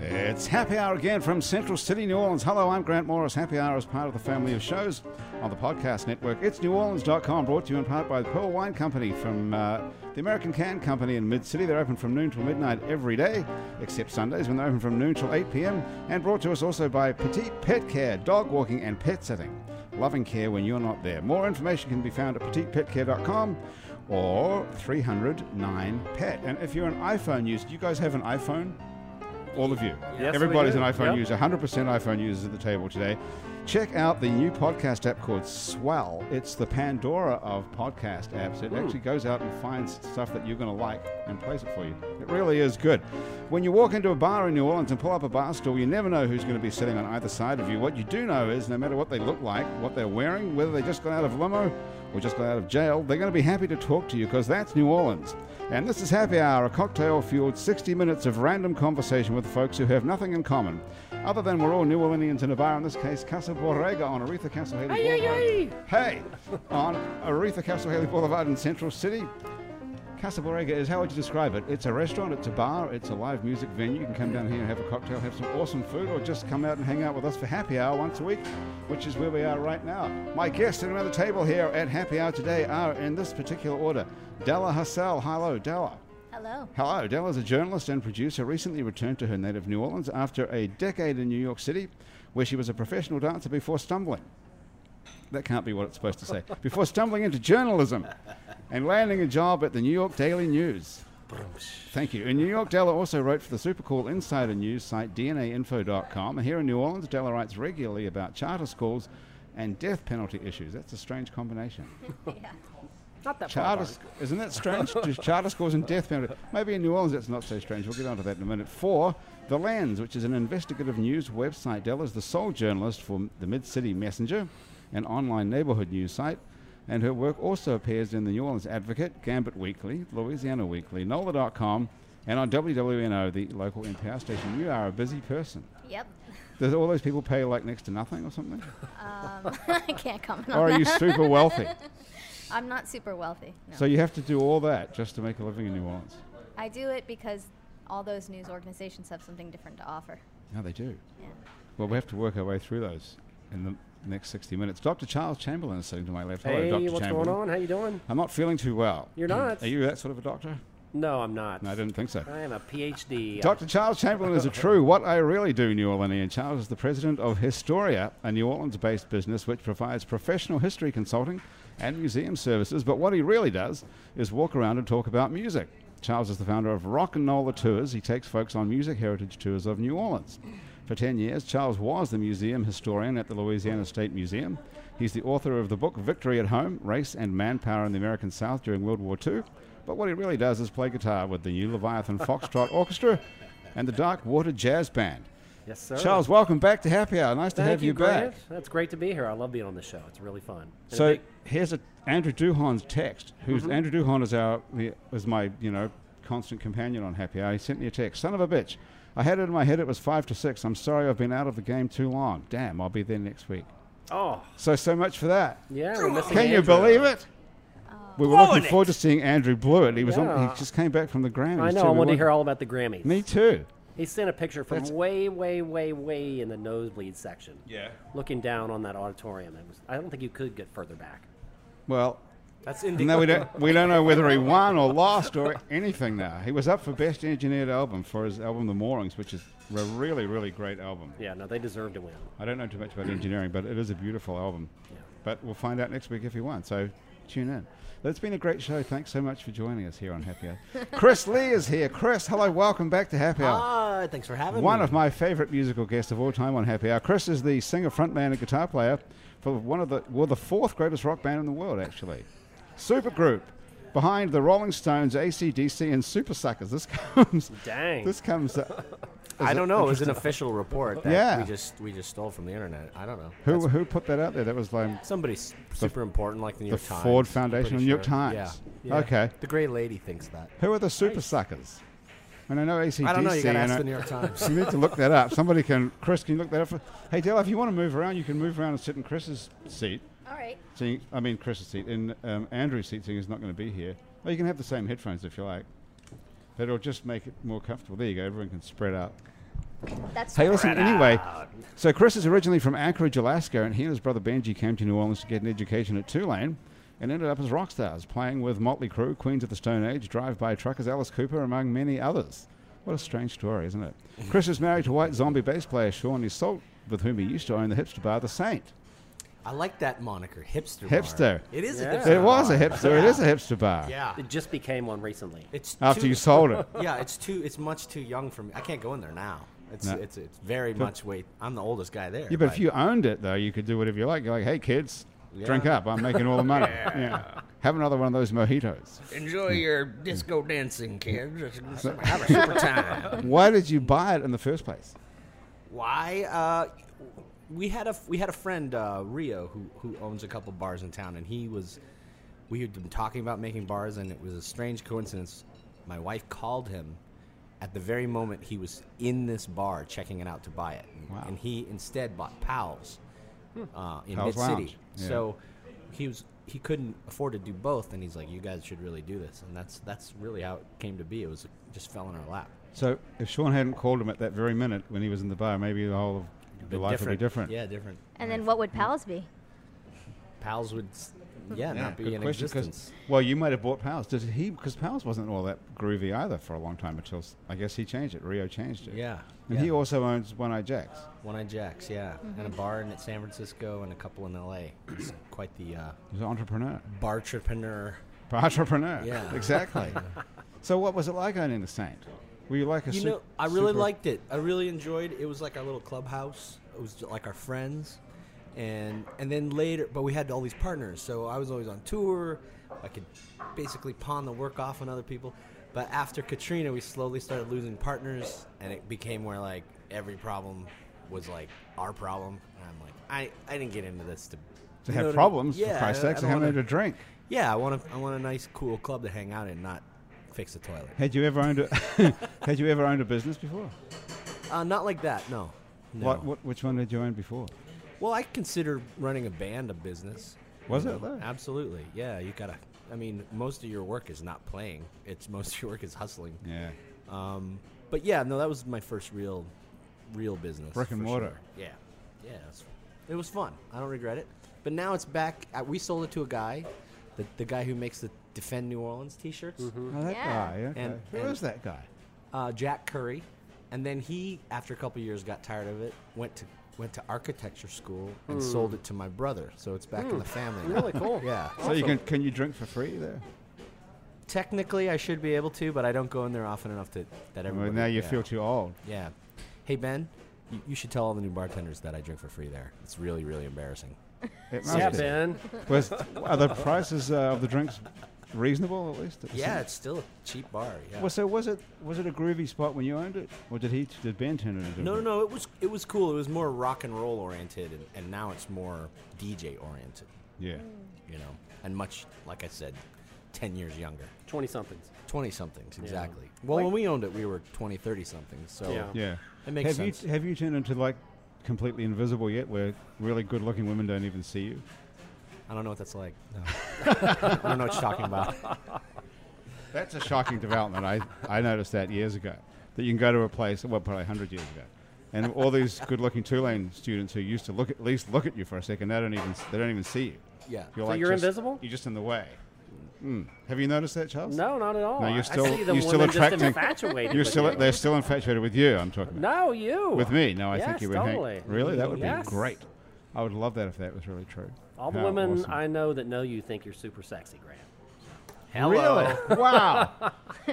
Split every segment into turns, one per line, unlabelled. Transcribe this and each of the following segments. It's happy hour again from Central City, New Orleans. Hello, I'm Grant Morris. Happy hour is part of the family of shows on the podcast network. It's neworleans.com, brought to you in part by the Pearl Wine Company from uh, the American Can Company in Mid City. They're open from noon till midnight every day, except Sundays when they're open from noon till 8 p.m. And brought to us also by Petite Pet Care, dog walking and pet sitting. Loving care when you're not there. More information can be found at petitepetcare.com or 309 Pet. And if you're an iPhone user, do you guys have an iPhone? All of you.
Yes,
Everybody's
we
an
do.
iPhone
Yep.
user. 100% iPhone users at the table today. Check out the new podcast app called Swell. It's the Pandora of podcast apps. It actually goes out and finds stuff that you're going to like and plays it for you. It really is good. When you walk into a bar in New Orleans and pull up a bar stool, you never know who's going to be sitting on either side of you. What you do know is no matter what they look like, what they're wearing, whether they just got out of a limo or just got out of jail, they're going to be happy to talk to you because that's New Orleans. And this is Happy Hour, a cocktail fueled 60 minutes of random conversation with folks who have nothing in common other than we're all New Orleanians in a bar, in this case, Casa Borrega on Aretha Castle Haley
Ay, ay,
Boulevard.
ay.
Hey! on Aretha Castle Haley Boulevard in Central City. Casa Borrega is how would you describe it? It's a restaurant, it's a bar, it's a live music venue. You can come down here and have a cocktail, have some awesome food, or just come out and hang out with us for happy hour once a week, which is where we are right now. My guests at another table here at happy hour today are in this particular order Della Hassel. Hello, Della.
Hello.
Hello, Dell is a journalist and producer, recently returned to her native New Orleans after a decade in New York City, where she was a professional dancer before stumbling. That can't be what it's supposed to say. Before stumbling into journalism and landing a job at the New York Daily News. Thank you. In New York, Della also wrote for the super cool insider news site DNAinfo.com. And here in New Orleans, Della writes regularly about charter schools and death penalty issues. That's a strange combination.
Not that far.
Charter, sc- isn't that strange? Just charter schools and death penalty. Maybe in New Orleans that's not so strange. We'll get onto that in a minute. Four, The Lands, which is an investigative news website. Dell is the sole journalist for the Mid City Messenger, an online neighborhood news site. And her work also appears in the New Orleans Advocate, Gambit Weekly, Louisiana Weekly, NOLA.com, and on WWNO, the local NPR station. You are a busy person.
Yep.
Does all those people pay like next to nothing or something?
Um, I can't comment on
Or are you
that.
super wealthy?
I'm not super wealthy. No.
So you have to do all that just to make a living in New Orleans.
I do it because all those news organizations have something different to offer.
No, they do.
Yeah.
Well, we have to work our way through those in the next 60 minutes. Dr. Charles Chamberlain is sitting to my left. Hello,
hey,
Dr.
what's
Chamberlain.
going on? How you doing?
I'm not feeling too well.
You're not?
Are you that sort of a doctor?
No, I'm not.
No, I didn't think so.
I am a PhD.
Dr. Charles Chamberlain is a true what I really do New Orleanian. Charles is the president of Historia, a New Orleans based business which provides professional history consulting and museum services. But what he really does is walk around and talk about music. Charles is the founder of Rock and Nola Tours. He takes folks on music heritage tours of New Orleans. For 10 years, Charles was the museum historian at the Louisiana State Museum. He's the author of the book Victory at Home Race and Manpower in the American South during World War II. But what he really does is play guitar with the new Leviathan Foxtrot Orchestra and the Dark Water Jazz Band.
Yes, sir.
Charles, welcome back to Happy Hour. Nice
Thank
to have you, back.
Grant. That's great to be here. I love being on the show. It's really fun. And a
So
big- Mm-hmm.
here's a, Andrew Duhon's text. Who's Andrew Duhon is our is my you know constant companion on Happy Hour. He sent me a text. Son of a bitch, I had it in my head it was five to six. I'm sorry I've been out of the game too long. Damn, I'll be there next week.
oh,
So so much for that.
yeah. We're missing
Can you
Andrew.
believe it? We were
Blowing
looking
it.
forward to seeing Andrew blew it. He was on,
Yeah.
he just came back from the Grammys.
I know.
too.
I
We
want to
were-
hear all about the Grammys.
Me too.
He sent a picture from
That's-
way, way, way, way in the nosebleed section.
Yeah.
Looking down on that auditorium. It was, I don't think you could get further back.
Well,
That's indie.
No, we don't. We don't know whether he won or lost or anything. Now he was up for best engineered album for his album The Moorings, which is a really, really great album.
Yeah. No, they deserve to win.
I don't know too much about engineering, but it is a beautiful album.
Yeah.
But we'll find out next week if he won. So tune in. That's been a great show. Thanks so much for joining us here on Happy Hour. Chris Lee is here. Chris, hello, welcome back to Happy Hour.
Ah, thanks for having
One
me.
of my favorite musical guests of all time on Happy Hour. Chris is the singer, frontman, and guitar player for one of the well, the fourth greatest rock band in the world, actually. Supergroup. Behind the Rolling Stones, ACDC, and Super Suckers. This comes.
Dang.
This comes. Uh,
I don't know. It was an official report that
Yeah.
we just we just stole from the internet. I don't know.
who,
That's-
who put that out there? That was um, like
Somebody s- super important, like the New
the
York Times.
Ford
I'm
Foundation,
pretty
and New York
sure.
Times.
Yeah.
Okay.
The Great Lady thinks that.
Who are the Super Suckers? And I know ACDC.
I don't know. Oh, You gotta
and
ask
I-
the New York Times.
You need to look that up. Somebody can. Chris, can you look that up? For, hey, Dale, if you want to move around, you can move around and sit in Chris's seat.
All right.
Seeing, I mean, Chris's seat. In um, Andrew's seat, seeing he's not going to be here. Well, you can have the same headphones if you like. But it'll just make it more comfortable. There you go. Everyone can spread out.
That's
Hey, listen,
Spread
anyway,
out.
so Chris is originally from Anchorage, Alaska, and he and his brother Benji came to New Orleans to get an education at Tulane and ended up as rock stars, playing with Motley Crue, Queens of the Stone Age, Drive By Truckers, Alice Cooper, among many others. What a strange story, isn't it? Chris is married to white zombie bass player Sean Isolt, with whom he used to own the hipster bar The Saint.
I like that moniker, hipster. bar.
Hipster.
It is
Yeah.
a hipster.
It was a
bar.
hipster. It is a hipster bar.
Yeah.
It just became one recently.
It's
After
too-
you sold it.
Yeah, it's too. It's much too young for me. I can't go in there now. It's
No.
it's it's very much wait. I'm the oldest guy there.
Yeah, but
like-
if you owned it though, you could do whatever you like. You're like, hey kids,
Yeah.
drink up. I'm making all the money. yeah. Have another one of those mojitos.
Enjoy your disco dancing, kids. Have a super time.
Why did you buy it in the first place?
Why? Uh, we had a we had a friend uh, Rio who who owns a couple bars in town, and he was we had been talking about making bars, and it was a strange coincidence. My wife called him at the very moment he was in this bar checking it out to buy it, and,
Wow. Hmm.
and he instead bought Powell's uh, in
Powell's
Mid City.
Lounge, yeah.
So he was he couldn't afford to do both, and he's like, "You guys should really do this," and that's that's really how it came to be. It was just fell in our lap.
So if Sean hadn't called him at that very minute when he was in the bar, maybe the whole of the
But
life would be different.
Yeah, different.
And then what would pals be?
pals would, s- yeah, not be
Good
in
question, 'cause-
existence.
well, you might have bought Powell's. Did he? Because Powell's wasn't all that groovy either for a long time until s- I guess he changed it. Rio changed it.
Yeah,
And
yeah.
he also owns One Eye Jacks.
One Eye Jacks, yeah, and a bar in San Francisco and a couple in L.A. He's quite the uh,
He's an entrepreneur.
bar entrepreneur.
Entrepreneur.
Yeah.
Exactly. so what was it like owning the Saint? Were you like a
You
sup-
know, I really
super-
liked it. I really enjoyed. It was like our little clubhouse. It was ju- like our friends, and and then later, but we had all these partners. So I was always on tour. I could basically pawn the work off on other people. But after Katrina, we slowly started losing partners, and it became where like every problem was like our problem. And I'm like, I I didn't get into this to.
to
you know what I
have
mean?
problems
Yeah,
for Christ's
I- I
sake, and
don't
having
wanna-
to drink.
Yeah, I want a, I want a nice, cool club to hang out in, not fix the toilet.
Had you ever owned a Had you ever owned a business before?
Uh, not like that, no. no.
What, what which one did you own before?
Well, I consider running a band a business.
Was
You
it, though?
Absolutely. Yeah, you gotta. I mean, most of your work is not playing. It's most of your work is hustling.
Yeah,
Um, but yeah, no, that was my first real, real business.
brick and
for
mortar.
sure. Yeah, yeah, it was, it was fun. I don't regret it. But now it's back. Uh, we sold it to a guy, the, the guy who makes the Defend New Orleans T-shirts.
Oh, that
Yeah.
guy. Okay.
And-
Who
and-
is that guy?
uh, Jack Curry, and then he, after a couple years, got tired of it. went to went to architecture school and
Hmm.
sold it to my brother. So it's back in the family. now.
Really cool.
Yeah.
So you can can you drink for free there?
Technically, I should be able to, but I don't go in there often enough to that
Well,
everybody.
now you
yeah.
feel too old.
Yeah. Hey Ben, you, you should tell all the new bartenders that I drink for free there. It's really really embarrassing.
It must
Yeah,
be.
Ben.
Was, are the prices uh, of the drinks reasonable at least?
Yeah, it's still a cheap bar. Yeah.
Well, so was it was it a groovy spot when you owned it, or did he did Ben turn it into? a
No, no,
groovy-
no. It was it was cool. It was more rock and roll oriented, and, and now it's more DJ oriented.
Yeah.
You know, and much like I said, ten years younger.
20 somethings.
20 somethings exactly well when we owned it we were 20 30 something so
Yeah.
Yeah.
It makes
have
sense.
You, have you turned into like completely invisible yet, where really good-looking women don't even see you?
i don't know what that's like i don't know what you're talking about
That's a shocking development. I, I noticed that years ago. That you can go to a place, well, probably 100 years ago, and all these good-looking Tulane students who used to look at least look at you for a second, they don't even they don't even see you.
yeah
You're
So you're
just-
invisible?
You're just in the way. Mm. Have you noticed that, Charles?
No, not at all.
No, you're
I-
still-
I see them
you're still
women
attracting-
Just infatuated
You're
with
still
you.
they're still infatuated with you. I'm talking about.
No, you.
With me? No, I think
Yes,
you would hang-
totally.
Really, that would
Yes.
be great. I would love that if that was really true.
All the
How
women
awesome.
I know that know you think you're super sexy, Grant.
Really? wow.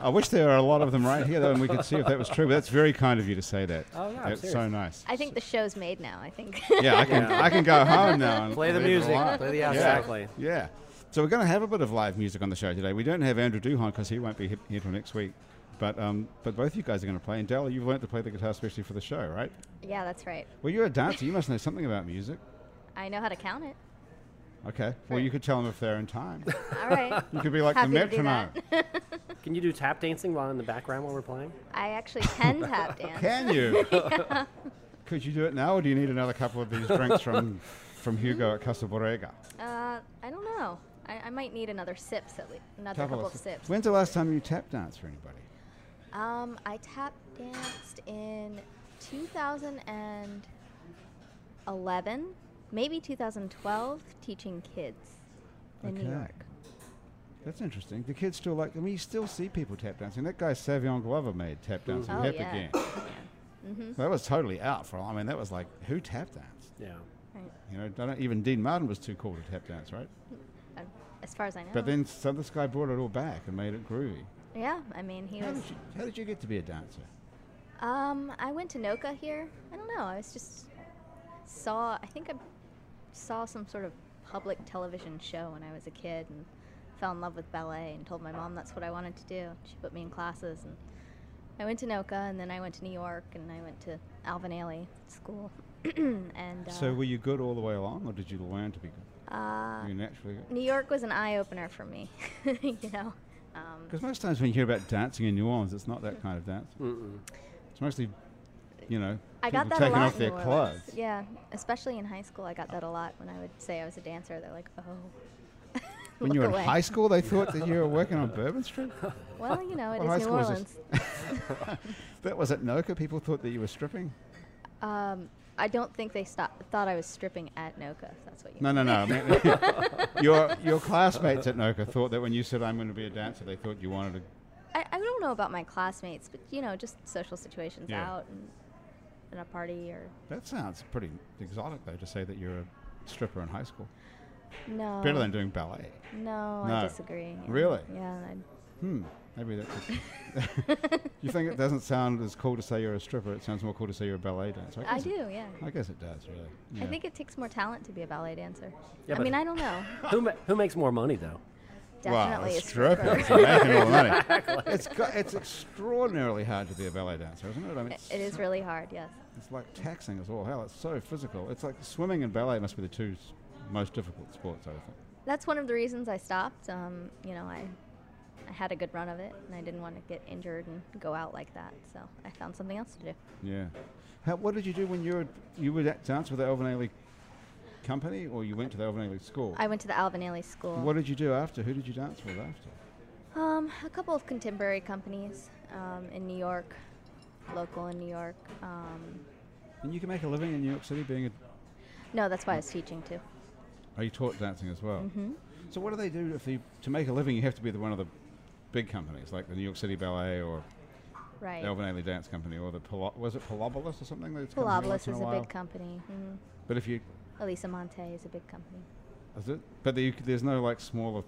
I wish there were a lot of them right here, though, and we could see if that was true. But that's very kind of you to say that.
Oh, no, I'm
That's so
serious.
nice.
I think the show's made now. I think.
Yeah, I can I can go home now and
Play the
leave it
music.
alone.
Play the
Yeah.
outside.
Exactly.
Yeah. So we're going to have a bit of live music on the show today. We don't have Andrew Duhon because he won't be he- here till next week. But um, but both you guys are going to play. And Della, you've learned to play the guitar especially for the show, right?
yeah, that's right.
Well, you're a dancer. You must know something about music.
I know how to count it.
Okay. Well, you could tell them if they're in time.
All right.
You could be like
Happy
the
to do
metronome.
that.
Can you do tap dancing while in the background while we're playing?
I actually can tap dance.
Can you? Could you do it now, or do you need another couple of these drinks from from Hugo at Casa Borrega?
Uh, I don't know. I, I might need another sips at least. Another couple of sips.
When's the last time you tap danced for anybody?
Um, I tap danced in 2011, maybe 2012, teaching kids in New
Okay.
York.
That's interesting. The kids still like. I mean, you still see people tap dancing. That guy Savion Glover made tap dancing
Oh,
hip
yeah.
again.
yeah. Mm-hmm.
That was totally out for. I mean, that was like who tap danced?
Yeah.
Right.
You know, I don't, even Dean Martin was too cool to tap dance, right?
Uh, As far as I know.
But then so this guy brought it all back and made it groovy.
yeah, I mean, he
How
was.
did, you, how did you get to be a dancer?
Um, I went to Noka here. I don't know. I was just saw. I think I saw some sort of public television show when I was a kid and fell in love with ballet and told my mom that's what I wanted to do. She put me in classes and I went to Noka and then I went to New York and I went to Alvin Ailey School. and uh,
So were you good all the way along, or did you learn to be good?
uh,
Were you naturally good?
New York was an eye opener for me. you know. Um,
Because most times when you hear about dancing in New Orleans, it's not that kind of dance.
Mm-mm.
It's mostly, you know,
I got
people
that
taking
a lot
off
in
their
New
clothes.
Orleans. Yeah, especially in high school, I got that a lot. When I would say I was a dancer, they're like, "Oh."
When
Look
you were
away.
in high school, they thought that you were working on Bourbon Street.
Well, you know, it
What high
is New
school is this?
Orleans.
That was at Noka. People thought that you were stripping.
um, I don't think they stopped, thought I was stripping at Noka. If that's what you.
No, no, no. I mean, your your classmates at Noka thought that when you said I'm going to be a dancer, they thought you wanted to.
I, I don't know about my classmates, but you know, just social situations
Yeah.
out and at a party or
That sounds pretty exotic, though, to say that you're a stripper in high school.
no.
Better than doing ballet.
no,
No.
I disagree. yeah.
Really?
Yeah. I,
Hmm. Maybe that's. it. you think it doesn't sound as cool to say you're a stripper? It sounds more cool to say you're a ballet dancer.
I
guess
do.
it-
Yeah.
I guess it does, really.
I think it takes more talent to be a ballet dancer.
Yeah,
I
but-
mean, I don't know.
Who, ma- who makes more money, though?
Definitely
wow,
a
stripper.
stripper.
It's making all the money. It's got, it's extraordinarily hard to be a ballet dancer, isn't it? I mean,
It-
it's,
it is really hard. Yes.
it's like taxing as all hell. It's so physical. It's like swimming and ballet must be the two s- most difficult sports, I would think.
that's one of the reasons I stopped. Um, you know, I I had a good run of it, and I didn't want to get injured and go out like that. So I found something else to do.
Yeah. How, what did you do when you were you were at dance with the Elvin Ailey company, or you went to the Elvin Ailey school?
I went to the Alvin Ailey School.
what did you do after? Who did you dance with after?
Um, a couple of contemporary companies um, in New York, local in New York. Um,
And you can make a living in New York City being a.
no, that's why I was teaching too.
Are you taught dancing as well? Mm-hmm. So what do they do if you to make a living? You have to be the, one of the big companies, like the New York City Ballet or
Right.
the Elvin Ailey Dance Company or the Polo- was it Polobolus or something? that's come here once
Palabolas
in
is
a
a
while?
big company. Mhm.
But if you
Elisa Monte is a big company.
Is it? But there, you c- there's no like smaller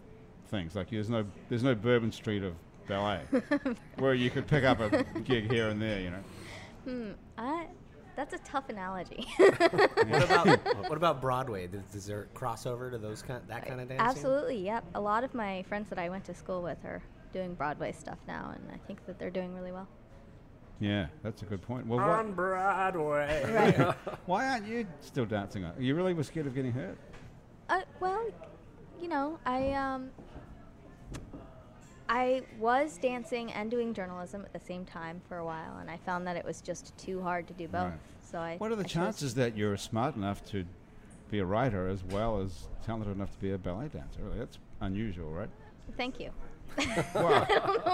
things. Like there's no there's no Bourbon Street of ballet where you could pick up a gig here and there. You know.
Hmm. I, that's a tough analogy.
What about what about Broadway? Does, is there crossover to those kind that kind of dancing?
Absolutely, yep. A lot of my friends that I went to school with are doing Broadway stuff now, and I think that they're doing really well.
Yeah, that's a good point. Well, why,
Um,
On Broadway.
Right.
why aren't you still dancing? on- You really were scared of getting hurt.
uh, well, you know, I um, I was dancing and doing journalism at the same time for a while, and I found that it was just too hard to do both.
Right.
So I.
What are the
I chose-
chances that you're smart enough to be a writer as well as talented enough to be a ballet dancer? Really, that's unusual, right?
Thank you.
Wow,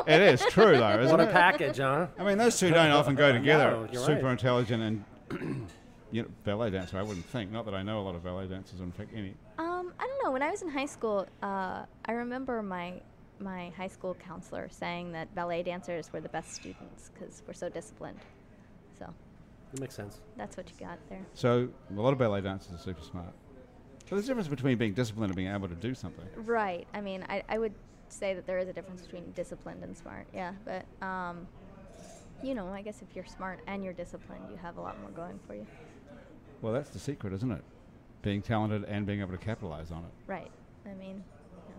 it is true though, isn't
What a
it?
package, huh?
I mean, those two don't often go together.
No, you're
Super
right.
intelligent and you know, ballet dancer. I wouldn't think. Not that I know a lot of ballet dancers. In fact, any.
Um, I don't know. When I was in high school, uh, I remember my my high school counselor saying that ballet dancers were the best students because we're so disciplined. So
That makes sense.
that's what you got there.
So a lot of ballet dancers are super smart. But there's a difference between being disciplined and being able to do something.
Right. I mean, I, I would say that there is a difference between disciplined and smart. Yeah. But, um, you know, I guess if you're smart and you're disciplined, you have a lot more going for you.
Well, that's the secret, isn't it? Being talented and being able to capitalize on it.
Right. I mean, yeah.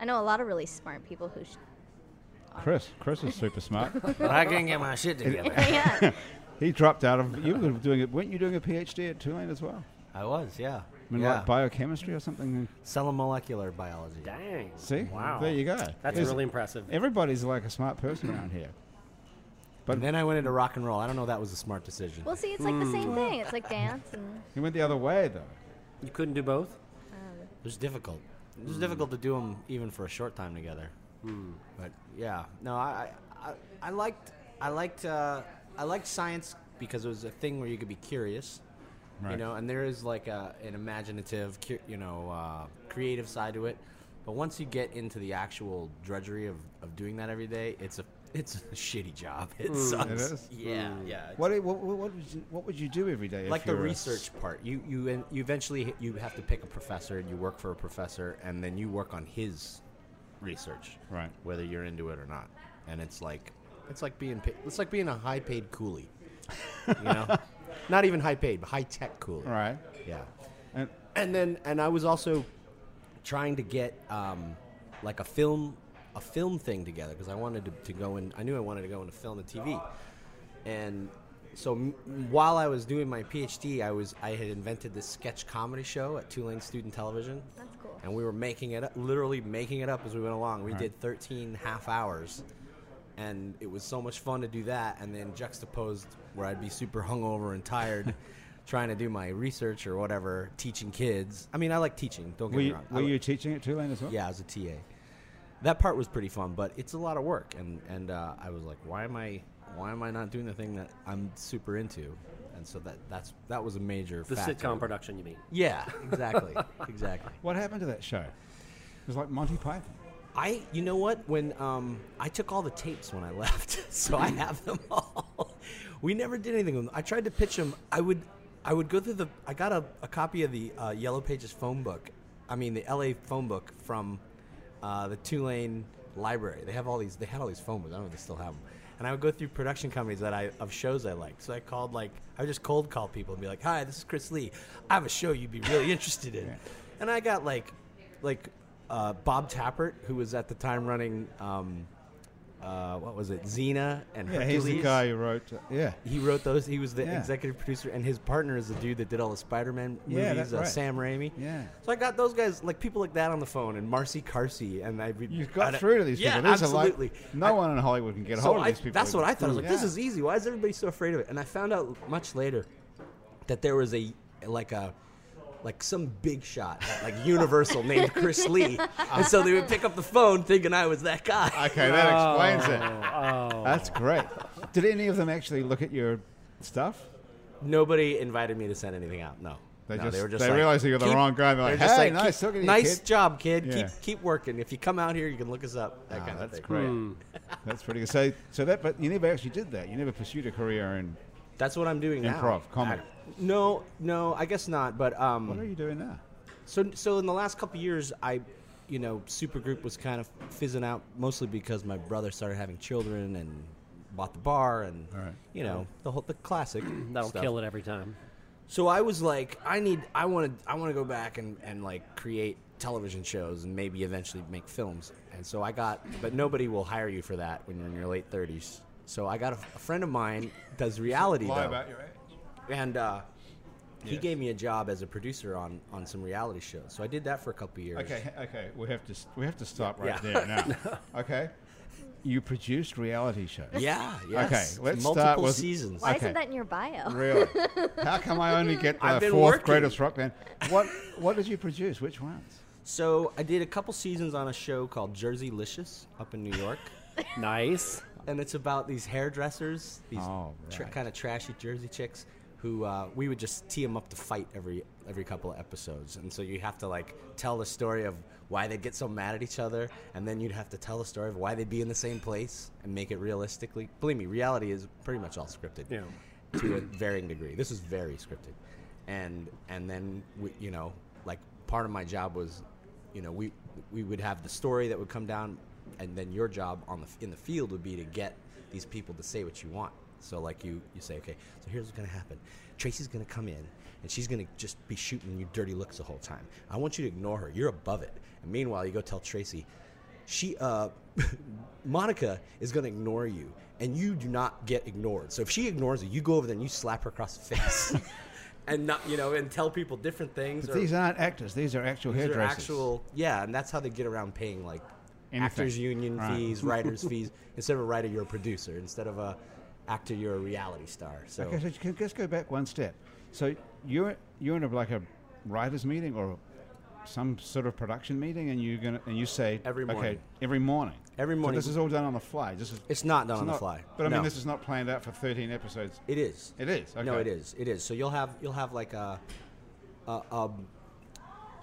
I know a lot of really smart people who. Sh-
Chris, Chris is super smart.
But I can't get my shit together.
yeah.
he dropped out of. You were doing it. Weren't you doing a PhD at Tulane as well?
I was, yeah.
I mean,
yeah.
like biochemistry or something.
Cell and molecular biology.
Dang.
See,
Wow.
there you go.
That's
There's-
really impressive.
Everybody's like a smart person around here.
And then I went into rock and roll. I don't know that was a smart decision.
Well, see, it's like the same thing. It's like dance and.
He went the other way though.
You couldn't do both?
It was difficult. It was difficult to do them even for a short time together. But yeah, no, I, I, I- I liked, I liked, uh, I liked science because it was a thing where you could be curious, you
Right.
know. And there is like a, an imaginative, cu- you know, uh, creative side to it. But once you get into the actual drudgery of, of doing that every day, it's a it's a shitty job. It sucks.
is?
Yeah, yeah.
What, what, what, what would you, what would you do every day?
like
if
the
you were a-
research part. You you en- you eventually h- you have to pick a professor and you work for a professor and then you work on his research.
Right.
Whether you're into it or not. And it's like it's like being pa- it's like being a high paid coolie. you know? Not even high paid, but high tech coolie.
right.
Yeah.
And
And then and I was also trying to get um, like a film a film thing together because I wanted to, to go in I knew I wanted to go into film and TV. And so m- while I was doing my PhD, I was I had invented this sketch comedy show at Tulane Student Television.
That's cool.
And we were making it up, literally making it up as we went along. We did 13 half hours. And it was so much fun to do that. And then juxtaposed where I'd be super hungover and tired trying to do my research or whatever, teaching kids. I mean, I like teaching, don't get
were
me
you,
wrong. I
were
like-
you teaching at Tulane as well?
yeah, as a TA. That part was pretty fun, but it's a lot of work, and and uh, I was like, why am I why am I not doing the thing that I'm super into? And so that that's that was a major
The
factor.
sitcom production, you mean?
Yeah, exactly, exactly.
What happened to that show? It was like Monty Python.
I you know what when um I took all the tapes when I left, so I have them all. we never did anything with them. I tried to pitch them. I would I would go through the I got a, a copy of the uh, Yellow Pages phone book. I mean the LA phone book from uh, the Tulane library. They have all these they had all these phone books. I don't know if they still have them. And I would go through production companies that I of shows I liked. So I called like I would just cold call people and be like, "Hi, this is Chris Lee. I have a show you'd be really interested in." And I got like like uh, Bob Tappert, who was at the time running, um, uh, what was it, Xena and
Yeah,
Hercules.
he's the guy who wrote. uh, yeah.
He wrote those. He was the
Yeah.
executive producer, and his partner is the dude that did all the Spider-Man movies,
Yeah, that's
uh,
right.
Sam Raimi.
Yeah.
So I got those guys, like people like that, on the phone, and Marcy Carsey, and I.
You
I
got
don't-
through to these
yeah,
people. These
absolutely.
Are like, no one in Hollywood can get
So
hold of
I-
these people.
That's what I thought. I was like, this
Yeah.
is easy. Why is everybody so afraid of it? And I found out much later that there was a like a like some big shot at like Universal named Chris Lee, and so they would pick up the phone thinking I was that guy.
Okay, that explains it.
Oh,
That's great. Did any of them actually look at your stuff?
Nobody invited me to send anything out. No.
They
No,
just-
were
they realized you were the
keep-
wrong guy, and they're
they were
like,
just
"Hey, nice
keep-
talking to you,
nice
kid."
job, kid.
Yeah.
Keep keep working. If you come out here, you can look us up. That
Ah,
kind of
that's
thing.
great.
Hmm.
That's pretty good. So, so that, but you never actually did that. You never pursued a career in.
That's what I'm doing now.
Improv, comedy.
I- no, no, I guess not. But um,
What are you doing now?
So, so in the last couple years, I, you know, Supergroup was kind of fizzing out mostly because my brother started having children and bought the bar and,
All right.
you know, the whole the classic.
that'll
stuff.
kill it every time.
So I was like, I need, I want to, I want to go back and, and like create television shows and maybe eventually make films. And so I got, but nobody will hire you for that when you're in your late thirties. So I got a, a friend of mine does reality though,
your age.
and uh, he
Yeah.
gave me a job as a producer on on some reality shows. So I did that for a couple years.
Okay, okay, we have to s- we have to stop right
Yeah.
there now. Okay, you produced reality shows.
Yeah, yes.
Okay, let's
Multiple
start with-
seasons.
Why
Okay.
isn't that in your bio?
Really? How come I only get
I've
the
been
fourth
working.
greatest rock band? What What did you produce? Which ones?
So I did a couple seasons on a show called Jersey Licious up in New York.
Nice.
and it's about these hairdressers, these
Oh, right.
kind of trashy Jersey chicks who uh, we would just tee them up to fight every every couple of episodes, and so you have to like tell the story of why they'd get so mad at each other, and then you'd have to tell the story of why they'd be in the same place and make it realistically. Believe me, reality is pretty much all scripted,
Yeah.
to a varying degree. This is very scripted, and and then we, you know like part of my job was you know, we we would have the story that would come down, and then your job on the in the field would be to get these people to say what you want. So like you you say, okay, so here's what's gonna happen. Tracy's gonna come in, and she's gonna just be shooting you dirty looks the whole time. I want you to ignore her. You're above it. And meanwhile, you go tell Tracy, she uh, Monica is gonna ignore you, and you do not get ignored. So if she ignores you, you go over there and you slap her across the face. And not, you know, and tell people different things.
But
or-
these aren't actors. These are actual
these are
hairdressers.
actual, yeah, and that's how they get around paying like
Anything.
actors union
Right.
fees, writers fees. Instead of a writer, you're a producer. Instead of a actor, you're a reality star. So
Okay, so you can just go back one step. So you're you're in a, like a writers meeting or some sort of production meeting, and you're gonna and you say
Every
okay
morning.
every morning.
Every
So
morning.
this is all done on the fly. This is,
it's not done
it's
on the
not-
fly.
But I mean,
No.
this is not planned out for 13 episodes.
It is.
It is. Okay.
No, it is. It is. So you'll have you'll have like a, a um,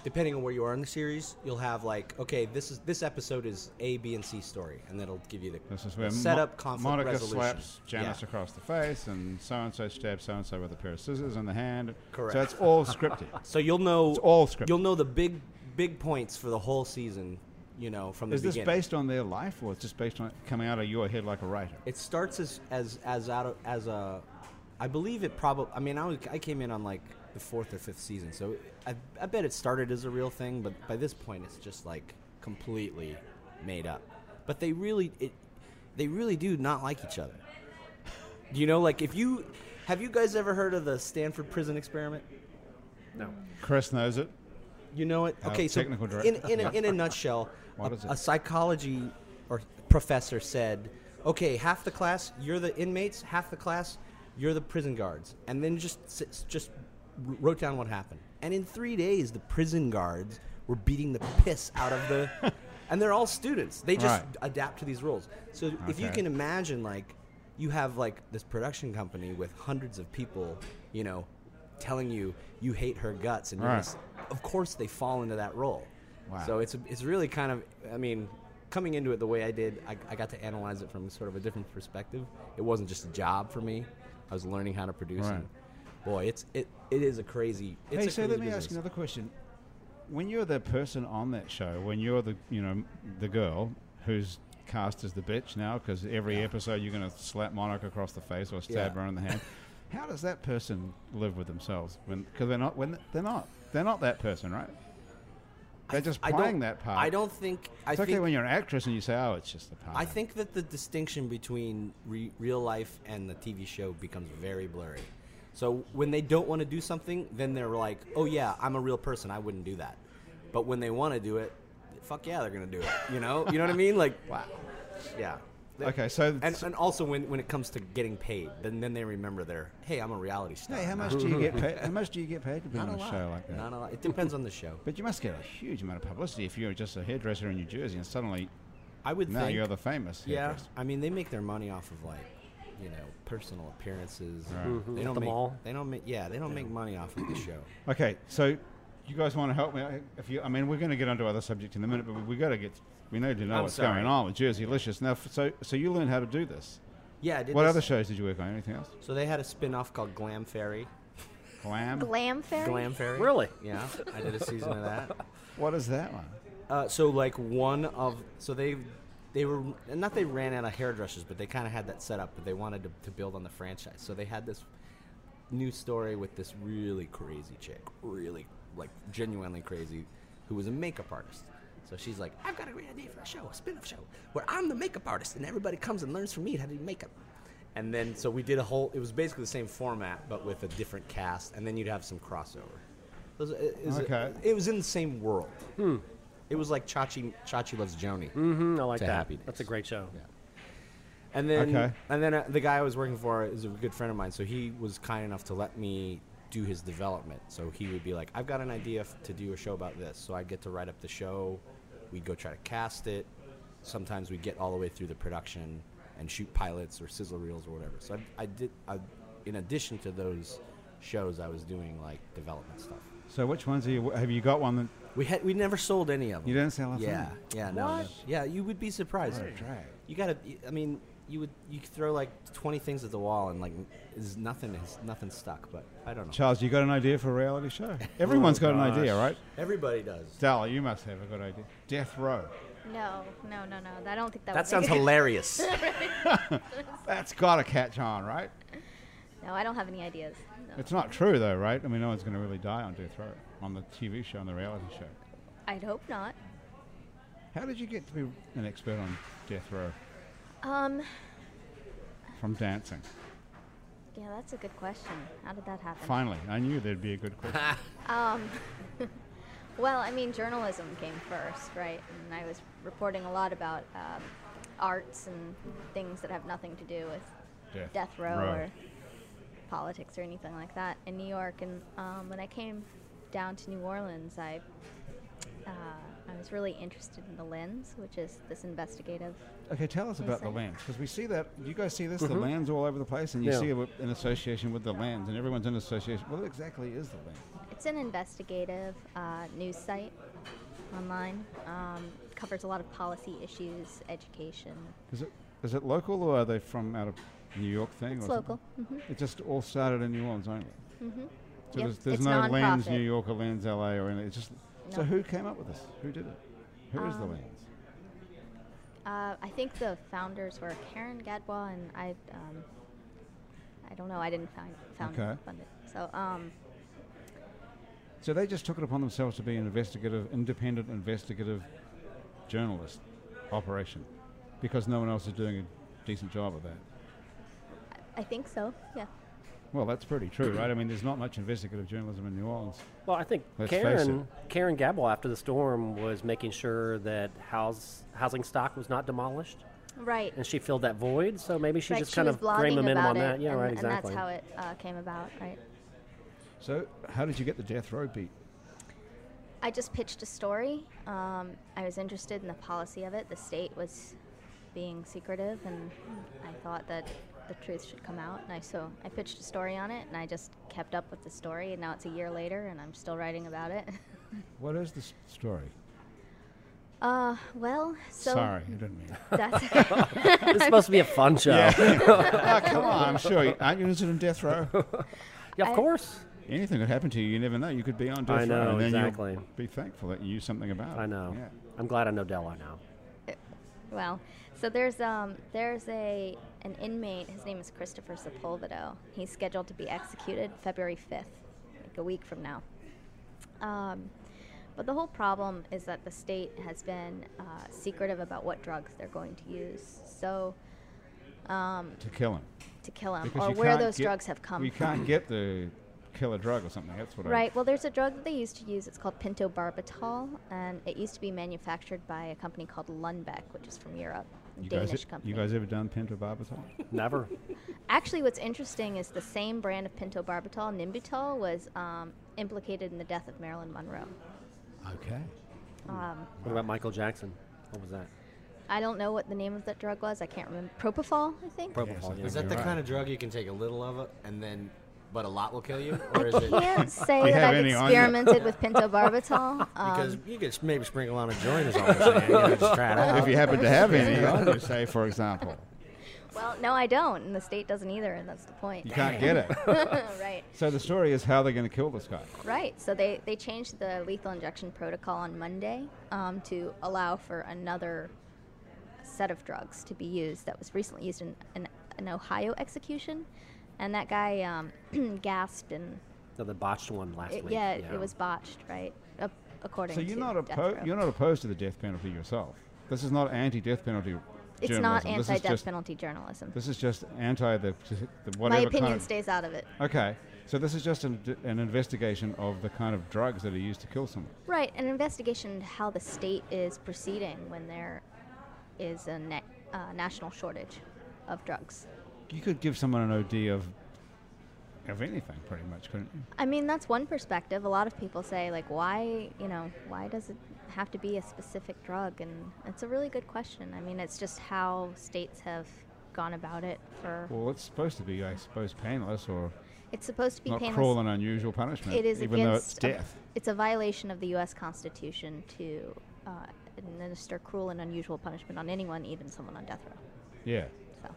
depending on where you are in the series, you'll have like okay, this is this episode is A, B, and C story, and that'll give you the
This is where Mo-
setup, conflict
Monica
resolution.
slaps Janice
Yeah.
across the face, and so and so stabs so and so with a pair of scissors in the hand.
Correct.
So it's all scripted.
So you'll know
It's all scripted.
You'll know the big big points for the whole season. You know from the
is this
beginning.
based on their life, or it's just based on it coming out of your head like a writer?
It starts as as as out of, as a, I believe it probably. I mean, I was, I came in on like the fourth or fifth season, so I, I bet it started as a real thing, but by this point, it's just like completely made up. But they really it, they really do not like each other. You know, like if you have you guys ever heard of the Stanford Prison Experiment?
No.
Chris knows it.
You know it.
Our
Okay, so
technical
in
director.
in a, in a nutshell,
What
a,
is it?
a psychology or professor said, "Okay, half the class you're the inmates, half the class you're the prison guards," and then just s- just wrote down what happened. And in three days, the prison guards were beating the piss out of the, and they're all students. They just
Right.
adapt to these rules. So if you
Okay.
can imagine, like, you have like this production company with hundreds of people, you know, telling you you hate her guts and you're
Right.
gonna s- of course they fall into that role.
Wow.
So it's it's really kind of I mean, coming into it the way I did, I, I got to analyze it from sort of a different perspective. It wasn't just a job for me. I was learning how to produce.
Right.
And boy, it's it it is a crazy. It's
hey,
a
so
crazy
let me
business.
ask you another question. When you're the person on that show, when you're the you know the girl who's cast as the bitch now, because every episode you're going to slap Monica across the face or stab
Yeah.
her in the hand. How does that person live with themselves when because they're not when they're not they're not that person, right? They're just
I
playing
don't-
that part.
I don't think. I
It's okay
think
when you're an actress and you say, "Oh, it's just the part."
I think that the distinction between re- real life and the TV show becomes very blurry. So when they don't want to do something, then they're like, "Oh yeah, I'm a real person. I wouldn't do that." But when they want to do it, fuck yeah, they're gonna do it. You know? You know what I mean? Like, wow. Yeah. They-
Okay, so-
and, and also when, when it comes to getting paid, then then they remember their hey, I'm a reality star.
Hey, how
now."
much do you get paid? How much do you get paid to be
Not
on
a
a,
lot.
show like that?
Not a lot. It depends on the show.
But you must get a huge amount of publicity if you're just a hairdresser in New Jersey and suddenly
I would
now
think
you're the famous.
Yeah,
hairdresser.
I mean they make their money off of like, you know, personal appearances.
Right. Mhm.
They
At
don't
the
make,
mall.
They don't make. Yeah, they don't make money off of the show.
Okay, so you guys want to help me? If you, I mean, we're going to get onto other subject in a minute, but we- we got to get. We need to know
I'm
what's
sorry.
going on with Jersey Licious. Now, f- so so you learned how to do this.
Yeah. I did
What
this-
other shows did you work on? Anything else?
So they had a spin-off called Glam Fairy.
Glam.
Glam fairy.
Glam Fairy.
Really?
Yeah. I did a season of that.
What is that one?
Uh, so like one of so they they were not they ran out of hairdressers, but they kind of had that set up. But they wanted to, to build on the franchise, so they had this new story with this really crazy chick, really like genuinely crazy, who was a makeup artist. So she's like,
I've got a great idea for a show, a spin-off show, where I'm the makeup artist and everybody comes and learns from me how to do makeup.
and then so we did a whole. It was basically the same format, but with a different cast, and then you'd have some crossover. It was, it was-
Okay.
it was in the same world. It was like Chachi Chachi loves Joni.
Mm, I like
It's a
that.
happy
That's a
days.
great show.
And then,
Okay.
and then uh, the guy I was working for is a good friend of mine, so he was kind enough to let me do his development. So he would be like, "I've got an idea f- to do a show about this," so I'd get to write up the show. We'd go try to cast it. Sometimes we'd get all the way through the production and shoot pilots or sizzle reels or whatever. So I, I did. I, in addition to those shows, I was doing like development stuff.
So which ones are you? Have you got one? That,
We had we never sold any of them.
You didn't sell a thing?
Yeah, yeah, no, no.
What?
yeah. You would be surprised.
What a drag.
You gotta. you- I mean, you would. You could throw like twenty things at the wall and like, is nothing is nothing stuck. But I don't know.
Charles, you got an idea for a reality show? Everyone's got an idea, right?
Everybody does.
Dal, you must have a good idea. Death Row.
No, no, no, no. I don't think that.
That
would
sounds
make it.
hilarious.
That's got to catch on, right?
No, I don't have any ideas. No,
It's not true, though, right? I mean, no one's going to really die on death row on the TV show, on the reality show.
I'd hope not.
How did you get to be an expert on death row
Um,
from dancing?
yeah, that's a good question. How did that happen?
Finally, I knew there'd be a good question.
Well, I mean, journalism came first, right? And I was reporting a lot about um, arts and things that have nothing to do with
death,
death row or politics or anything like that in New York. And um, when I came down to New Orleans, I uh, I I was really interested in the lens, which is this investigative.
Okay, tell us about the
Listen.
lens because we see that you guys see this the lens all over the place, and you
Yeah.
see it in association with the lens, and everyone's in association. What exactly is the lens?
It's an investigative uh, news site online. Um, covers a lot of policy issues, education.
Is it is it local or are they from out of New York thing?
It's
or
local.
something?
hmm
It just all started in New Orleans only. So
Yep,
there's, there's
it's
no lens
nonprofit.
New York or lens LA or anything. It's just so
No. Um,
who came up with this? Who did it? Who is the lens?
Uh, I think the founders were Karen Gadwa and I. Um, I don't know. I didn't find found
Okay.
fund it. So um,
So they just took it upon themselves to be an investigative, independent investigative journalist operation because no one else is doing a decent job of that.
I think so. Yeah.
Well, that's pretty true, right? I mean, there's not much investigative journalism in New Orleans.
Well, I think
Let's face
Karen Karen Gabel after the storm was making sure that house housing stock was not demolished,
Right.
and she filled that void. So maybe she
right,
just
she
kind
was
of gained
blogging
momentum
about
on
it,
that. Yeah,
and,
right.
and
Exactly.
that's how it uh, came about. Right.
So, how did you get the death row beat?
I just pitched a story. Um, I was interested in the policy of it. The state was being secretive, and I thought that the truth should come out. And I so I pitched a story on it, and I just kept up with the story. And now it's a year later, and I'm still writing about it.
What is the s- story?
Uh, well, so
Sorry, I didn't mean.
that's
it's supposed to be a fun show. Yeah,
oh, come on! I'm sure. You, aren't you interested in death row?
of
I-
course.
Anything could happen to you. You never know. You could be on death
I know,
row, and then you'll
exactly.
be thankful that you knew something about it.
I know.
Yeah.
I'm glad I know Della now.
well, so there's um there's a an inmate. His name is Christopher Sepulvedo. He's scheduled to be executed February 5th, like a week from now. Um, but the whole problem is that the state has been uh, secretive about what drugs they're going to use. So
To kill him,
to kill him,
because
Um, or
you
where
can't
those
get-
drugs have come
You
from.
can't get the killer drug or something. That's what I.
Right. Well, there's a drug that they used to use. It's called pentobarbital, and it used to be manufactured by a company called Lundbeck, which is from Europe, a
You
Danish
guys,
company.
you guys ever done pentobarbital?
Never.
Actually, what's interesting is the same brand of pentobarbital, Nimbutol, was um, implicated in the death of Marilyn Monroe.
okay.
Um,
what about Michael Jackson? What was that?
I don't know what the name of that drug was. I can't remember. Propofol, I think.
Propofol.
think
Is
yeah.
that
You're
the
right.
kind of drug you can take a little of it and then, but a lot will kill you? Or is
I
it
can't
Do you
say that
have
I've
any on you?
experimented with pentobarbital.
because
Um,
you could s- maybe sprinkle on a joint or something? you know, just try it out.
If you happen to have any, on you say, for example,
well, no, I don't, and the state doesn't either, and that's the point.
you can't get it.
right.
So the story is how they're going to kill this guy.
Right. So they, they changed the lethal injection protocol on Monday um, to allow for another set of drugs to be used that was recently used in an, an Ohio execution. And that guy um, gasped and
No, the botched one last
it,
week.
yeah, it was botched, right? Ap- according
So you're
to
not
death
opposed.
row.
You're not opposed to the death penalty yourself. This is not anti-death penalty.
It's
journalism.
not
This is
anti-death
just-
penalty journalism.
This is just anti the, the
My
whatever
opinion
kind of,
stays out of it.
Okay, so this is just an, an investigation of the kind of drugs that are used to kill someone.
Right, an investigation into how the state is proceeding when there is a na- uh, national shortage of drugs.
You could give someone an OD of of anything, pretty much, couldn't you?
I mean, that's one perspective. A lot of people say, like, why, you know, why does it have to be a specific drug? And it's a really good question. I mean, it's just how states have gone about it for.
Well, it's supposed to be, I suppose, painless or
It's supposed to be
not
painless.
cruel and unusual punishment.
it is
even though it's
against. a-
death.
it's a violation of the U.S. Constitution to uh, administer cruel and unusual punishment on anyone, even someone on death row.
yeah.
So,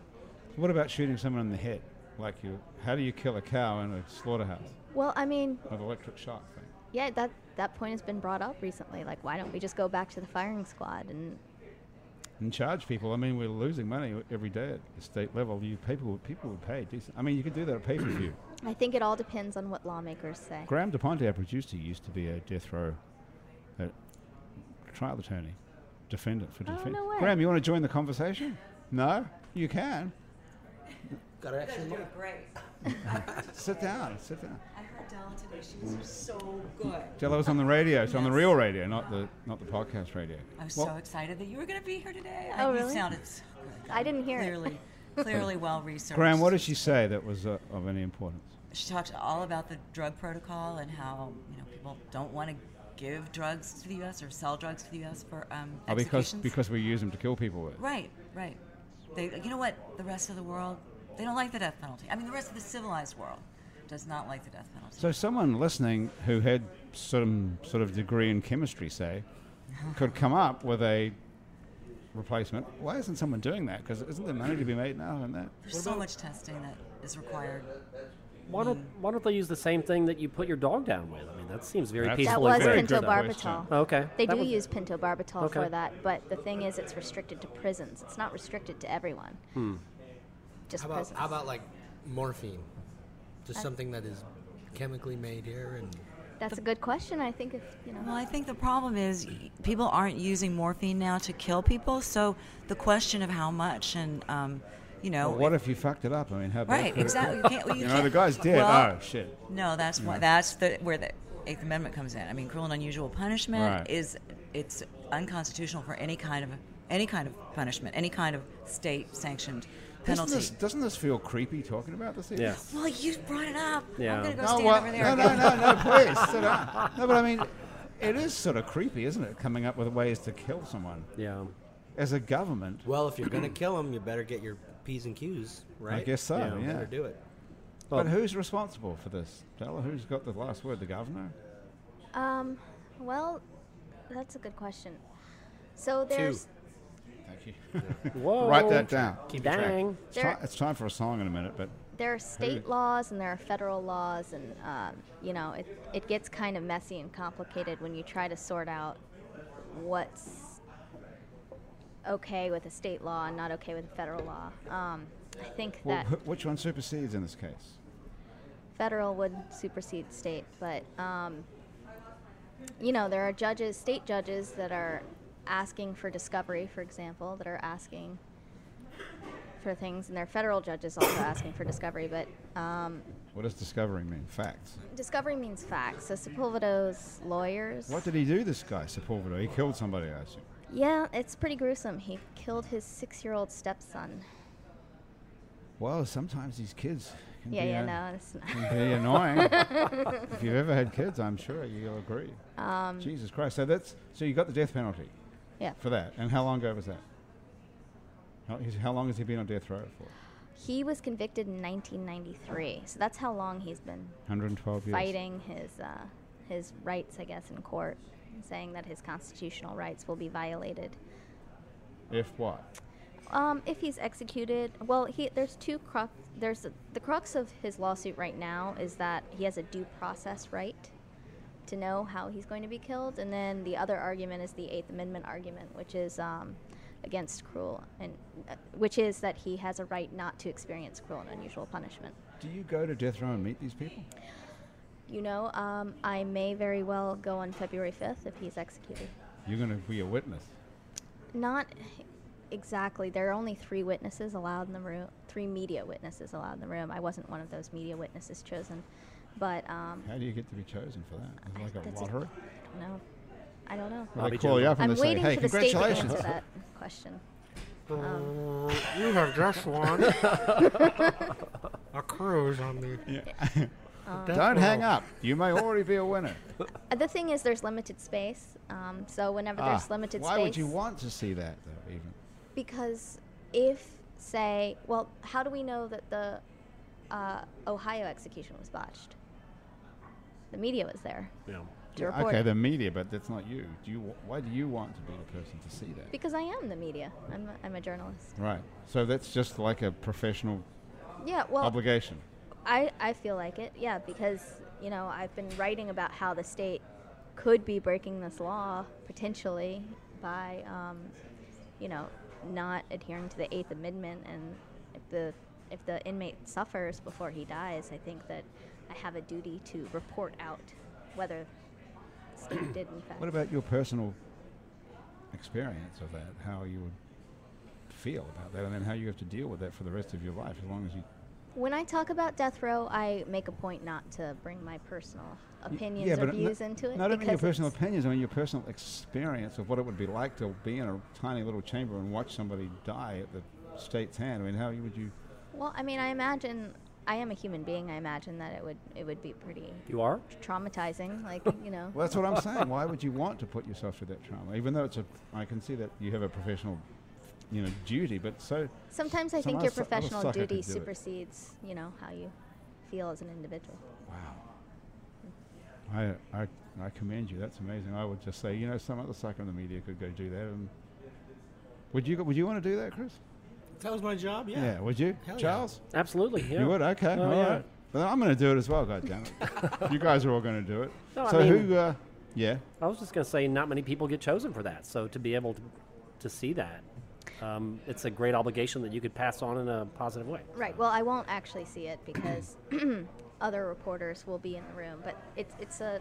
What about shooting someone in the head? Like you, how do you kill a cow in a slaughterhouse
well, I mean,
with electric shock thing?
yeah, that that point has been brought up recently. Like, why don't we just go back to the firing squad and
and charge people. I mean, we're losing money every day at the state level. You people, people would pay decent. I mean, you could do that at pay per view.
I think it all depends on what lawmakers say.
Graham DePonte, our producer, used to be a death row uh, trial attorney, defendant for
Oh,
defense.
no way.
Graham, you want to join the conversation? No, you can
Got an extra
You're
mic?
great.
sit down. Sit down.
I heard Della today. She
Mm.
was so good.
Jello was on the radio, so on the
Yes.
real radio, not the not the podcast radio.
I was
Well,
so excited that you were going to be here today.
Oh,
I,
really?
You sounded so good.
I didn't hear it.
clearly, it. Clearly well researched.
Graham, what did she say that was uh, of any importance?
She talked all about the drug protocol and how you know people don't want to give drugs to the U.S. or sell drugs to the U.S. for um,
Oh, because
executions.
because we use them to kill people with.
Right, right. They, you know what? The rest of the world, they don't like the death penalty. I mean, the rest of the civilized world does not like the death penalty.
So someone listening who had some sort of degree in chemistry, say, could come up with a replacement. Why isn't someone doing that? Because isn't there money to be made now in that?
There's so much testing that is required.
Why don't
Mm.
Why don't they use the same thing that you put your dog down with? I mean, that seems very
That's-
That
Absolutely
peaceful.
was
and very
pinto-
good. Oh,
question.
pentobarbital.
Okay.
They
that
do
was-
use pentobarbital
Okay.
for that, but the thing is, it's restricted to prisons. It's not restricted to everyone.
Hmm.
Just
How about,
prisons.
how about like morphine? Just something that is chemically made here and
That's a good question. I think if you know.
Well, I think the problem is y- people aren't using morphine now to kill people. So the question of how much and, um, you know,
Well, what if you fucked it up? I mean, how bad
right,
could it-
exactly. You, can't, well,
You
you
know,
can't-
the guy's dead.
Well,
oh shit.
No, that's why, that's the where the Eighth Amendment comes in. I mean, cruel and unusual punishment
Right.
is it's unconstitutional for any kind of any kind of punishment, any kind of state sanctioned penalty.
Doesn't this, doesn't this feel creepy talking about this? even?
Yeah.
well, you brought it up.
Yeah.
I'm gonna go
No,
stand
well,
over there.
no,
and
no, no, no, please sit down. No, but I mean, it is sort of creepy, isn't it? Coming up with ways to kill someone
Yeah.
as a government.
well, if you're gonna kill them, you better get your p's and q's right.
I guess so.
Yeah,
Yeah.
we
You better do it.
But who's responsible for this? Tell who's got the last word. The governor.
Um, well, that's a good question. So there's
Thank you.
Whoa.
Write that down.
Keep it track.
Dang.
Oh. It's,
There-
ti- it's time for a song in a minute, but
there are state laws and there are federal laws, and um, you know it it gets kind of messy and complicated when you try to sort out what's okay with a state law and not okay with a federal law. Um, I think
well,
that
wh- which one supersedes in this case?
federal would supersede state, but um, you know there are judges, state judges that are asking for discovery, for example, that are asking for things, and there are federal judges also asking for discovery. But um,
What does discovering mean? Facts.
discovery means facts. So Sepulvedo's lawyers.
What did he do, this guy, Sepulveda? He killed somebody, I assume.
Yeah, it's pretty gruesome. He killed his six-year-old stepson.
Well, sometimes these kids can
Yeah,
be,
yeah,
uh,
no, it's not.
can be annoying. if you've ever had kids, I'm sure you'll agree. Jesus Christ. So that's so you got the death penalty
Yeah.
for that. And how long ago was that? How, he's- how long has he been on death row for?
He was convicted in 1993, so that's how long he's been
112 years.
fighting his uh, his rights, I guess, in court, saying that his constitutional rights will be violated
If what?
um, if he's executed. Well, he there's two crux. There's the, the crux of his lawsuit right now is that he has a due process right to know how he's going to be killed, and then the other argument is the Eighth Amendment argument, which is. Um, against cruel and uh, which is that he has a right not to experience cruel and unusual punishment
Do you go to death row and meet these people?
you know um, i may very well go on february 5th if he's executed
You're going to be a witness.
Not exactly. There are only three witnesses allowed in the room. Three media witnesses allowed in the room. I wasn't one of those media witnesses chosen, but um,
How do you get to be chosen for that? Is it like a
That's a-
lottery?
I don't know. I don't know.
Well, they
Bobby
call you
Jones.
up and
I'm
they say,
waiting
"Hey,
for the state to
congratulations!"
answer that question.
You have just won a cruise on the.
Don't hang up. You may already be a winner.
Uh, The thing is, there's limited space. Um, so whenever
Ah,
there's limited
why
space,
would you want to see that, though? Even
because if say, well, how do we know that the uh, Ohio execution was botched? The media was there
Yeah.
to
Yeah,
report.
okay,
it.
the media, but that's not you. Do you? wa- Why do you want to be the person to see that?
Because I am the media. I'm a, I'm a journalist.
Right. So that's just like a professional
Yeah, well,
obligation.
I, I feel like it, yeah, because, you know, I've been writing about how the state could be breaking this law potentially by, um, you know, not adhering to the Eighth Amendment. And if the, if the inmate suffers before he dies, I think that I have a duty to report out whether the state did, in fact.
What about your personal experience of that? How you would feel about that, and then how you have to deal with that for the rest of your life, as long as you.
When I talk about death row, I make a point not to bring my personal opinions
yeah,
or
but
views
no-
into it.
Not only your
because
personal
it's-
opinions, I mean your personal experience of what it would be like to be in a tiny little chamber and watch somebody die at the state's hand. I mean, how you- would you?
Well, I mean, I imagine I am a human being. I imagine that it would it would be pretty
You are?
traumatizing. Like you know,
Well, that's what I'm saying. Why would you want to put yourself through that trauma? Even though it's a, I can see that you have a professional, you know, duty. But so
sometimes I
Some
think
other
your
su- other
professional
sucker could
duty
do it.
supersedes you know how you feel as an individual.
Wow. I, I, I commend you. That's amazing. I would just say, you know, some other sucker in the media could go do that. And would you go- would you want to do that, Chris?
If that was my job, yeah.
would you,
Hell yeah.
Charles?
Absolutely. Yeah.
You would. Okay.
Oh,
all
yeah.
right. Well, I'm going to do it as well. God damn it! you guys are all going to do it.
No, I
so
mean-
who? Uh, yeah.
I was just going to say, not many people get chosen for that. So to be able to, to see that, um, it's a great obligation that you could pass on in a positive way.
Right. Well, I won't actually see it because other reporters will be in the room. But it's it's a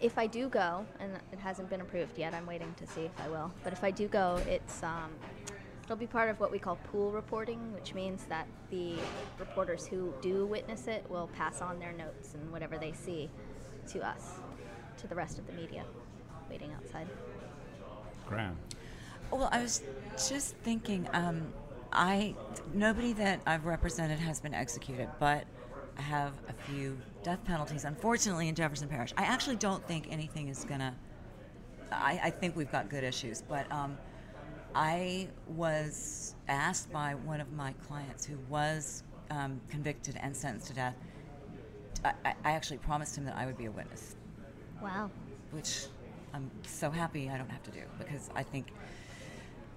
if I do go, and it hasn't been approved yet, I'm waiting to see if I will. But if I do go, it's um, it'll be part of what we call pool reporting, which means that the reporters who do witness it will pass on their notes and whatever they see to us, to the rest of the media, waiting outside.
Graham.
Well, I was just thinking, um, I nobody that I've represented has been executed, but I have a few death penalties, unfortunately, in Jefferson Parish. I actually don't think anything is gonna. I, I think we've got good issues, but um, I was asked by one of my clients who was um, convicted and sentenced to death. I, I I actually promised him that I would be a witness
Wow.
which I'm so happy I don't have to do because I think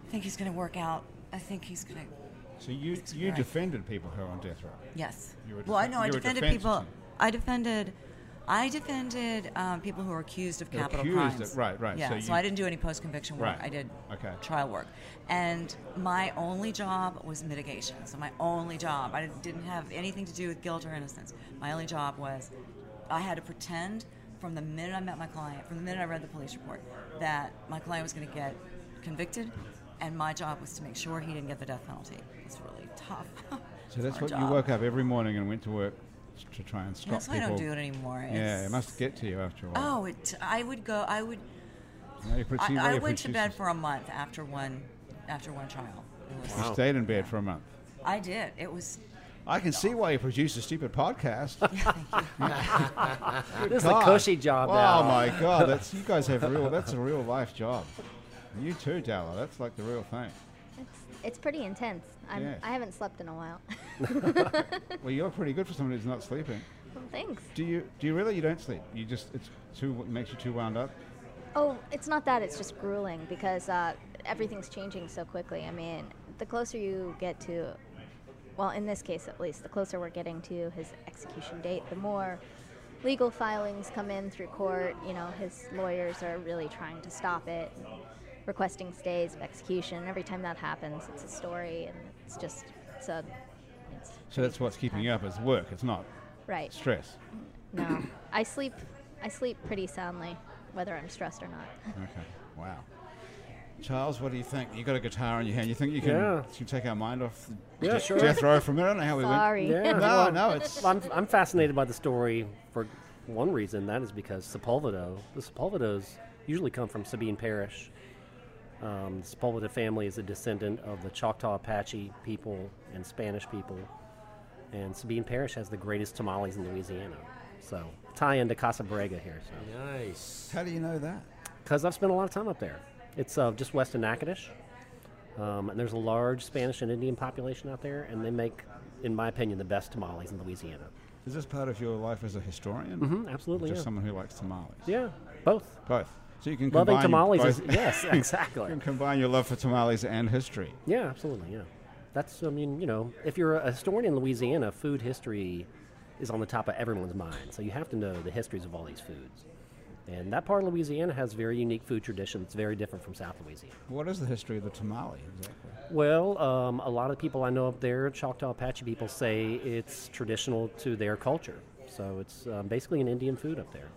I think he's going to work out. I think he's going to
So you you
right.
defended people who are on death row.
yes.
You were
well, I
defen-
know I
you were
defended
defense
people.
attorney.
I defended. I defended um, people who were accused of
They're
capital
accused of-
crimes.
right, right.
Yeah,
So
so,
you-
I didn't do any post-conviction work.
Right.
I did
Okay.
trial work, and my only job was mitigation. So my only job, I didn't have anything to do with guilt or innocence. My only job was, I had to pretend from the minute I met my client, from the minute I read the police report, that my client was going to get convicted, and my job was to make sure he didn't get the death penalty. It's really tough.
So that's
It's our
what you
job.
woke up every morning and went to work s- to try and stop
That's why I
people.
don't do it anymore.
Yeah,
It's-
it must get to you after a while.
Oh, it, I would go. I would.
Now you put- see where
Oh, I, I
you
went to
produce
bed
this.
for a month after one, after one trial. It was,
You stayed in bed for a month.
I did. It was.
I can see why you produce a stupid podcast.
This is a cushy job
oh
now.
my god, that's you guys have real. That's a real life job. You too, Dalla. That's like the real thing.
It's, it's pretty intense. I'm,
Yeah.
I haven't slept in a while.
Well, you're pretty good for someone who's not sleeping.
Thanks.
Do you? Do you really? You don't sleep. You just it's too it makes you too wound up.
Oh, it's not that. It's just grueling because uh, everything's changing so quickly. I mean, the closer you get to, well, in this case at least, the closer we're getting to his execution date, the more legal filings come in through court. You know, his lawyers are really trying to stop it, requesting stays of execution. Every time that happens, it's a story, and it's just it's a. It's
So that's what's keeping you up is work. It's not
right.
stress.
No, I sleep. I sleep pretty soundly, whether I'm stressed or not.
Okay. Wow. Charles, what do you think? You got a guitar in your hand. You think you can,
Yeah.
you can take our mind off the
Yeah,
de-
sure.
death row for a minute? I don't know how we
Sorry.
Yeah.
went. No,
well,
no, it's
I'm, I'm fascinated by the story for one reason. That is because Sepulvedo, the Sepulvedos usually come from Sabine Parish. Um, the Sepulveda family is a descendant of the Choctaw Apache people and Spanish people. And Sabine Parish has the greatest tamales in Louisiana. So tie into Casa Brega here. So.
Nice.
How do you know that?
Because I've spent a lot of time up there. It's uh, just west of Natchitoches. Um, and there's a large Spanish and Indian population out there, and they make, in my opinion, the best tamales in Louisiana.
Is this part of your life as a historian?
Mm, absolutely.
Just
yeah.
someone who likes tamales.
yeah, both.
Both. So you can
Loving
combine
tamales is.
both-
Yes,
you
exactly.
can combine your love for tamales and history.
Yeah, absolutely. Yeah. That's, I mean, you know, if you're a historian in Louisiana, food history is on the top of everyone's mind. So you have to know the histories of all these foods. And that part of Louisiana has very unique food tradition that's very different from South Louisiana.
What is the history of the tamale exactly?
Well, um, a lot of people I know up there, Choctaw Apache people, say it's traditional to their culture. So it's um, basically an Indian food up there.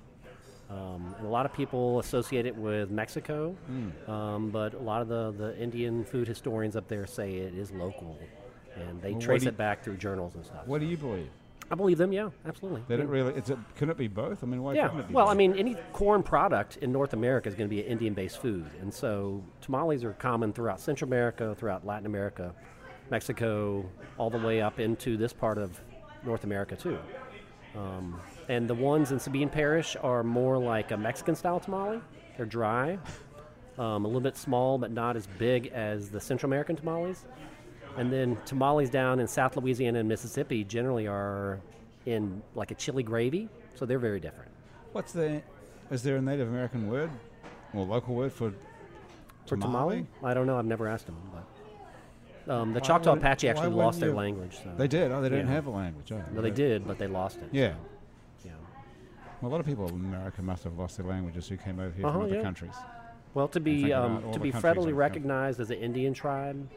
Um, and a lot of people associate it with Mexico,
Hmm.
um, but a lot of the, the Indian food historians up there say it is local. And they
Well, what
trace
do
it
you-
back through journals and stuff.
What do you believe?
I believe them, yeah, absolutely.
That it really it's a, can it be both? I mean, why
Yeah.
couldn't it be
Well,
both?
I mean, any corn product in North America is going to be an Indian-based food, and so tamales are common throughout Central America, throughout Latin America, Mexico, all the way up into this part of North America too. Um, and the ones in Sabine Parish are more like a Mexican style tamale. They're dry, um, a little bit small, but not as big as the Central American tamales. And then tamales down in South Louisiana and Mississippi generally are in like a chili gravy, so they're very different.
What's the? Is there a Native American word or local word for
For
tamale?
tamale, I don't know. I've never asked them, but um, the
Why
Choctaw
wouldn't-
Apache
why
actually
wouldn't
lost their
you-
language. So.
They did. Oh, they didn't
Yeah.
have a language. Oh,
No, they did, but they lost it.
Yeah.
so, yeah.
Well, a lot of people in America must have lost their languages who came over here
Uh-huh,
from other
yeah.
countries.
Well, to
thinking
be
about
um,
all
to
the
be
countries
federally
I've come-
recognized as an Indian tribe,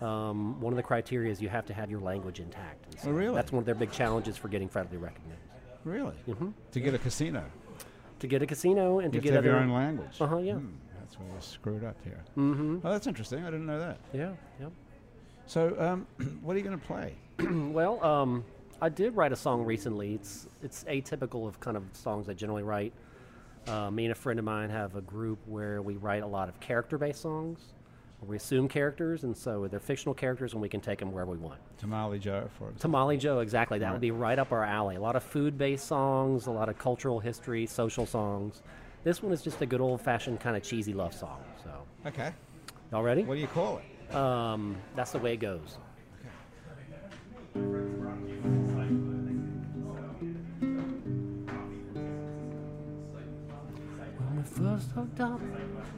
um, one of the criteria is you have to have your language intact. And so
Oh, really?
That's one of their big challenges for getting federally recognized.
Really? Mm-hmm. To get a casino,
To get a casino and
you have
to
to
get
have
other
your own language.
Uh-huh, yeah.
Hmm, that's where we're screwed up here. Mm-hmm. Oh, that's interesting. I didn't know that.
Yeah, yeah.
So, um, what are you going to play?
Well, um, I did write a song recently. It's it's atypical of kind of songs I generally write. Uh, me and a friend of mine have a group where we write a lot of character-based songs. Where we assume characters, and so they're fictional characters, and we can take them wherever we want.
Tamale Joe, for example.
Tamale Joe, exactly. That would be right up our alley. A lot of food based songs, a lot of cultural history, social songs. This one is just a good old fashioned kind of cheesy love song. So,
Okay.
y'all ready?
What do you call it?
Um, that's the way it goes. When we first hooked up,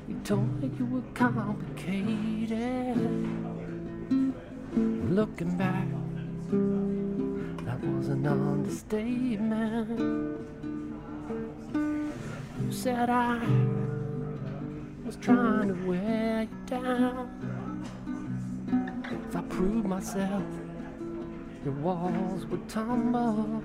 you told me you were complicated. Looking back, that was an understatement. You said I was trying to wear you down. If I prove myself, your walls would tumble.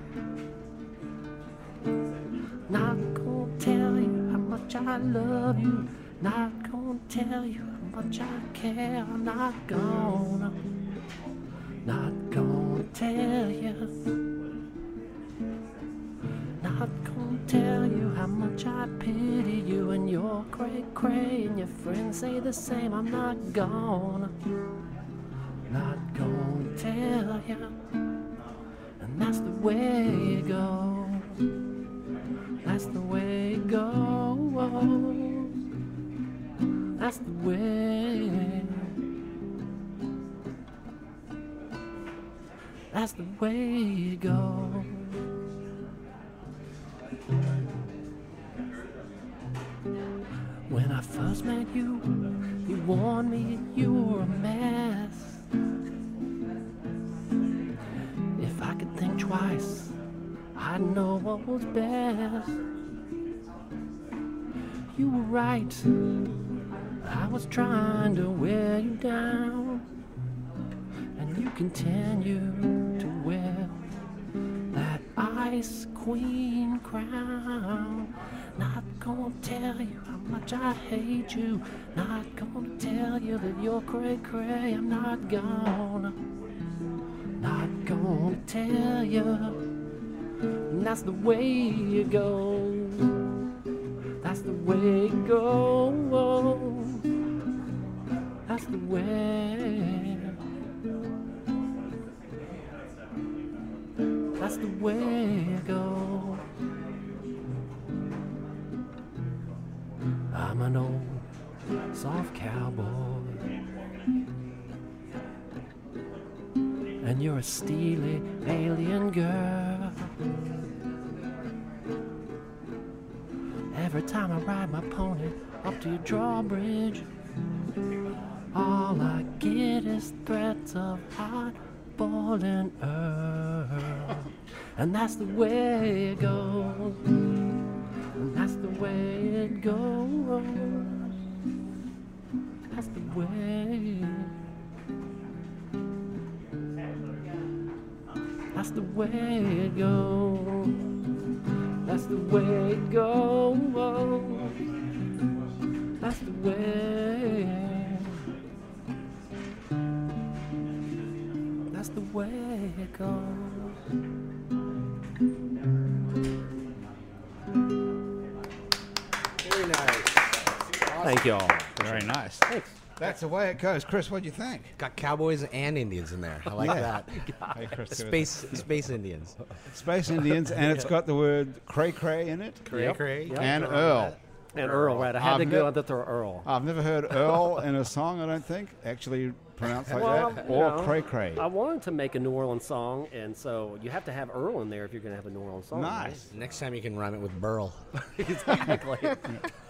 Not gonna tell you how much I love you. Not gonna tell you how much I care. I'm not gonna. Not gonna tell you. Not gonna tell you how much I pity you and your cray cray and your friends say the same. I'm not gonna not gonna tell ya, and that's the way it goes. That's the way it goes. That's the way. That's the way it goes. When I first met you, you warned me you were a mess. If I could think twice, I'd know what was best. You were right. I was trying to wear you down. And you continue to wear that ice queen crown. Not gonna tell you how much I hate you. Not gonna tell you that you're cray cray. I'm not gonna not gonna tell you. And that's the way it goes. That's the way it goes. That's the way. That's the way it goes. I'm an old soft cowboy. and you're a steely alien girl. Every time I ride my pony up to your drawbridge, all I get is threats of hot boiling earth. And that's the way it goes. And that's the way it goes. That's the way. That's the way it goes. That's the way it goes. That's the way. That's the way it goes.
Very nice.
Thank y'all.
Very nice.
Thanks.
That's the way it goes. Chris, what do you think?
Got cowboys and Indians in there. I like
Yeah.
that.
Hey, Chris, give it
Space space Indians.
a- Space Indians, and it's got the word cray cray in it.
Yep.
Cray.
Yep.
And
Earl.
Earl.
And Earl, right? I had to
I've
go
ne-
out to throw Earl.
I've never heard Earl in a song, I don't think, actually pronounced like
Well,
that.
you
Or
know,
cray cray.
I wanted to make a New Orleans song, and so you have to have Earl in there if you're going to have a New Orleans song. right?
Nice.
Next time you can rhyme it with Burl.
exactly.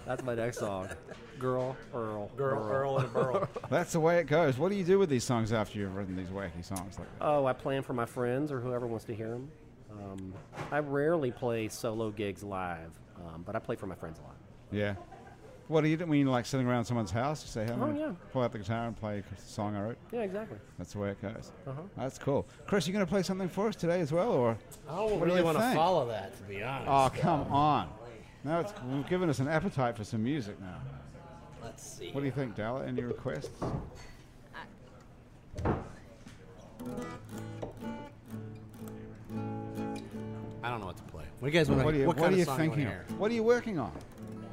That's my next song. Girl, Earl. Earl.
and Burl.
That's the way it goes. What do you do with these songs after you've written these wacky songs like that?
Oh, I play 'em for my friends or whoever wants to hear them. Um, I rarely play solo gigs live, um, but I play for my friends a lot.
Yeah. What do you do when you like sitting around someone's house? You say, "Hey, I'm
Oh,
gonna
yeah.
pull out the guitar and play a song I wrote."
Yeah, exactly.
That's the way it goes.
Uh-huh.
That's cool. Chris, you going to play something for us today as well, or?
I don't
What do
really
you
want to
think?
follow that, to be honest.
Oh, come on! Now it's we've given us an appetite for some music now.
Let's see.
What do you think, Dalla? Any requests?
I don't know what to play. What do you guys want
What
to
do you
What
What
kind
are you
of song you wanna
thinking?
hear?
of? What are you working on?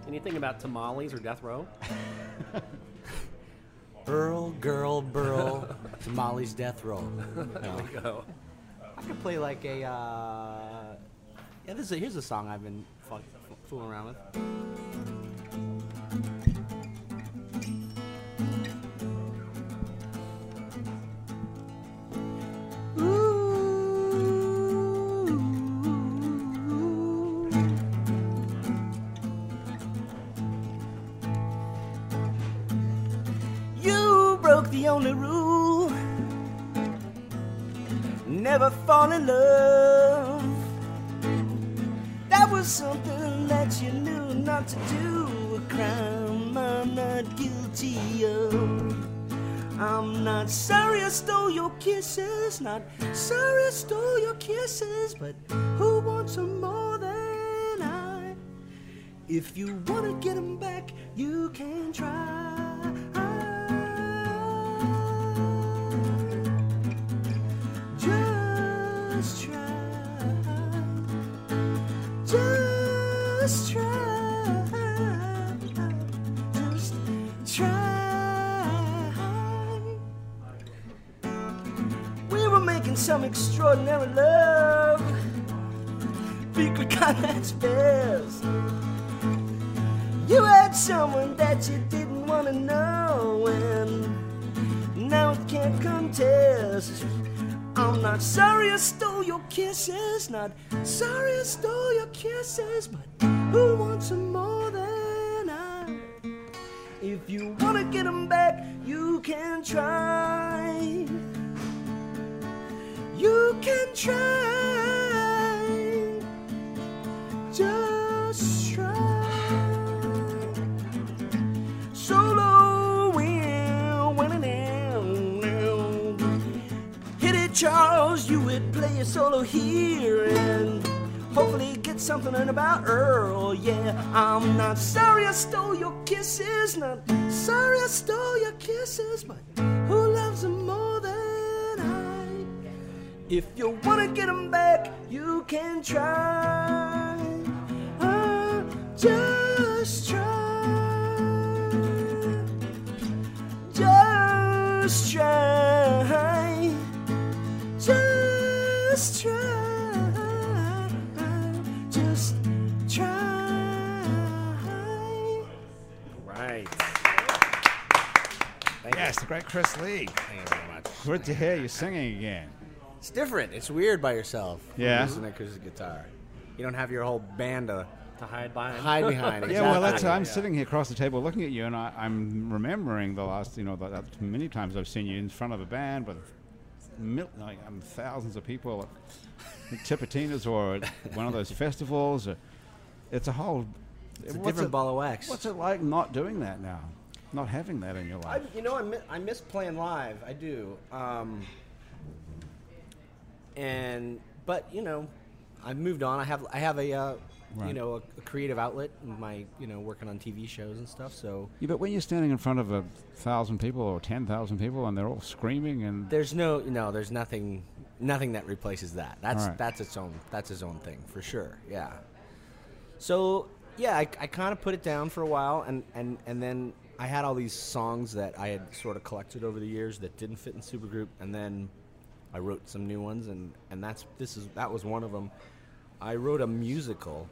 Anything about tamales or death row?
Earl, girl, burl, tamales, death roll. No.
Go.
I could play like a. Uh, yeah, this is here's a song I've been fuck, fooling around with. You broke the only rule. Never fall in love. That was something that you knew not to do. A crime I'm not guilty of. I'm not sorry I stole your kisses. Not sorry I stole your kisses. But who wants them more than I? If you wanna get them back, you can try. Just try. Just try. Just try. We were making some extraordinary love. People got that's best. You had someone that you didn't want to know, and now it can't contest. I'm not sorry I stole your kisses, not sorry I stole your kisses, but who wants them more than I? If you wanna get them back, you can try. You can try. Just try. Solo win, winning in. Hit it, Charles. You would play a solo here and hopefully get something in about Earl. Yeah, I'm not sorry I stole your kisses. Not sorry I stole your kisses, but who loves them more than I? If you wanna get them back, you can try. Ah, just try. Just try. Just try. Just try.
Right.
Yes, the great Chris Lee.
Thank you very much.
Good to hear you singing again.
It's different. It's weird by yourself. when
Yeah.
you're Using an acoustic guitar. You don't have your whole band to
To hide behind.
hide behind.
Yeah, well, that's
exactly.
I'm sitting here across the table looking at you, and I, I'm remembering the last, you know, the, the many times I've seen you in front of a band with mil- like, um, thousands of people at Tipitinas or at one of those festivals. Or, it's a whole.
It's a
what's
different
it-
ball of wax.
What's it like not doing that now? Not having that in your
I,
life?
you know, I miss, I miss playing live. I do. Um, and but you know, I've moved on. I have I have a uh,
Right.
you know a, a creative outlet. My you know working on TV shows and stuff. So
yeah, but when you're standing in front of a thousand people or ten thousand people, and they're all screaming and
there's no no there's nothing nothing that replaces that. That's
Alright.
that's its own that's its own thing for sure. Yeah. So yeah, I, I kind of put it down for a while, and and and then I had all these songs that I had sort of collected over the years that didn't fit in supergroup, and then I wrote some new ones, and and that's this is that was one of them. I wrote a musical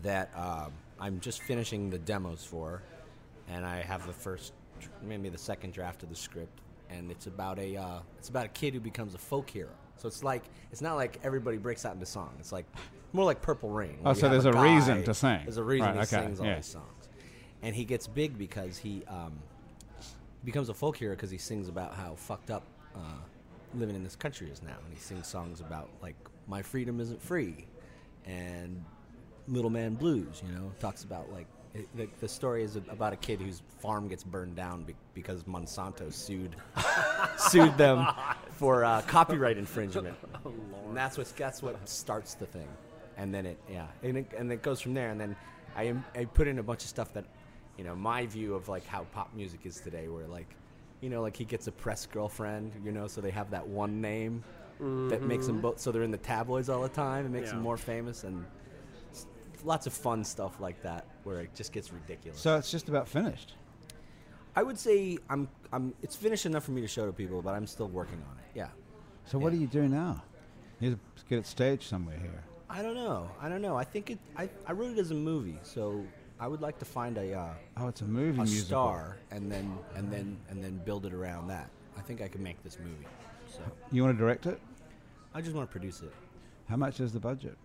that um, I'm just finishing the demos for, and I have the first, maybe the second draft of the script, and it's about a uh, it's about a kid who becomes a folk hero. So it's like it's not like everybody breaks out into song. It's like more like Purple Rain.
Oh,
where
so
you have
there's a
guy-
reason to sing.
There's a reason
Right,
he
okay,
sings all
yeah.
these songs, and he gets big because he um, becomes a folk hero because he sings about how fucked up uh, living in this country is now, and he sings songs about like my freedom isn't free, and Little Man Blues. You know, talks about like it, the, the story is about a kid whose farm gets burned down be- because Monsanto sued sued them for uh, copyright infringement. And that's what that's what starts the thing, and then it yeah, and it, and it goes from there. And then I am, I put in a bunch of stuff that, you know, my view of like how pop music is today, where like, you know, like he gets a press girlfriend, you know, so they have that one name that makes them both so they're in the tabloids all the time. It makes them
Yeah.
more famous and s- lots of fun stuff like that where it just gets ridiculous.
So it's just about finished.
I would say I'm I'm it's finished enough for me to show to people, but I'm still working on it. Yeah.
So what
Yeah.
do you do now? You have to get it staged somewhere here.
I don't know. I don't know. I think it. I, I wrote it as a movie, so I would like to find a uh,
Oh, it's a movie
a
musical.
star and then and then and then build it around that. I think I can make this movie. So
You want to direct it?
I just want to produce it.
How much is the budget?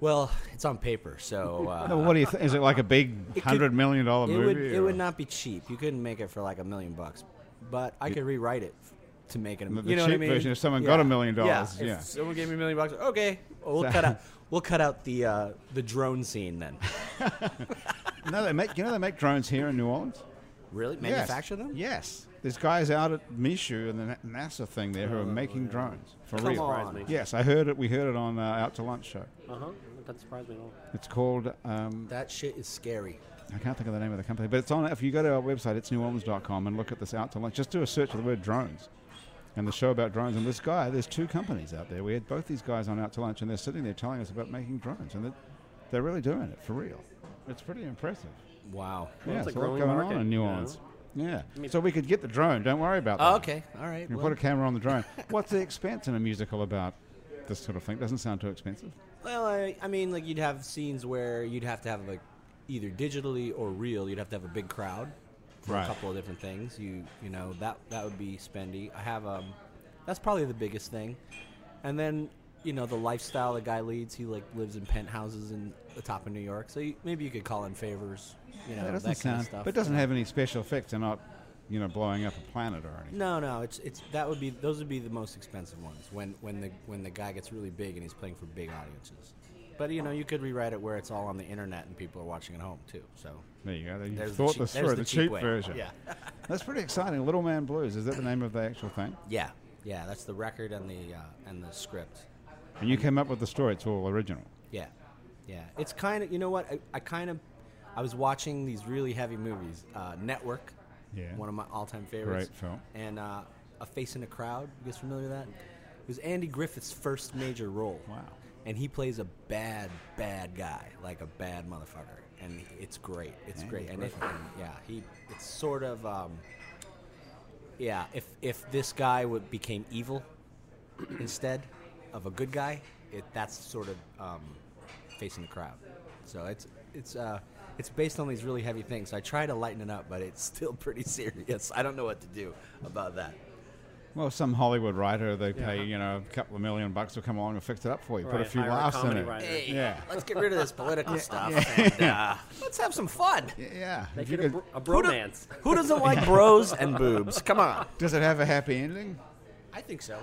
Well, it's on paper, so uh,
No, what do you think? Is it like a big
could-
hundred million dollar
it
movie?
would it
or-
would not be cheap. You couldn't make it for like a million bucks, but I could rewrite it f- to make it. A,
The- the
you know what I
cheap
mean?
version, if someone got a million dollars,
if
yeah.
someone gave me a million bucks. Okay, well, we'll cut out we'll cut out the uh, the drone scene then.
No, they make. You know, they make drones here in New Orleans.
Really,
Yes.
manufacture them?
Yes. There's guys out at Mishu and the Na- NASA thing there who are making drones for
Come
real.
on.
Surprise me.
Yes, I heard it. We heard it on uh, Out to Lunch show.
Uh huh. That surprised me at all.
It's called. Um,
That shit is scary.
I can't think of the name of the company, but it's on. If you go to our website, it's neworleans.com, and look at this Out to Lunch. Just do a search of the word drones, and the show about drones. And this guy, there's two companies out there. We had both these guys on Out to Lunch, and they're sitting there telling us about making drones, and they're, they're really doing it for real. It's pretty impressive.
Wow.
yeah,
it's a
there's a lot
growing
going
market,
on in New
you know?
Orleans. Yeah, so we could get the drone. Don't worry about that.
Oh, okay. All right.
You
well,
put a camera on the drone. What's the expense in a musical about this sort of thing? Doesn't sound too expensive.
well, I, I mean, like you'd have scenes where you'd have to have like either digitally or real. You'd have to have a big crowd for
Right.
a couple of different things. You you know that that would be spendy. I have um, that's probably the biggest thing, and then you know the lifestyle the guy leads. He like lives in penthouses in the top of New York. So you, maybe you could call in favors. You know
that
that,
doesn't
kind
sound.
of stuff.
But it doesn't have any special effects. They're not, you know, blowing up a planet or anything.
No, no, it's it's that would be those would be the most expensive ones when when the when the guy gets really big and he's playing for big audiences. But you know, you could rewrite it where it's all on the internet and people are watching at home too. So
There you go. You
There's the
thought
cheap-
this
there's
through. The,
the
cheap,
cheap way.
version.
Yeah.
That's pretty exciting. Little Man Blues. Is that the name of the actual thing?
yeah, yeah, that's the record and the uh, and the script.
And you came up with the story. It's all original.
Yeah, yeah, it's kind of you know what I, I kind of I was watching these really heavy movies, uh, Network,
Yeah.
one of my all time favorites,
Great film.
and uh, A Face in a Crowd. You guys familiar with that? It was Andy Griffith's first major role.
Wow.
and he plays a bad, bad guy, like a bad motherfucker, and it's great. It's great, and, it, and yeah, he it's sort of um, yeah. If if this guy would became evil instead of a good guy, it that's sort of um, facing the crowd. So it's it's uh, it's based on these really heavy things. I try to lighten it up, but it's still pretty serious. I don't know what to do about that.
Well, some Hollywood writer they pay you know a couple of million bucks to come along and fix it up for you. Put a
Right,
few
hire a
laughs in
comedy
it.
writer.
Hey,
Yeah.
let's get rid of this political stuff and uh, let's have some fun.
Yeah.
They
If you
get a,
could-
br- a
Who do-
bromance.
Who, doesn't like bros and boobs? Come on.
does it have a happy ending?
I think so.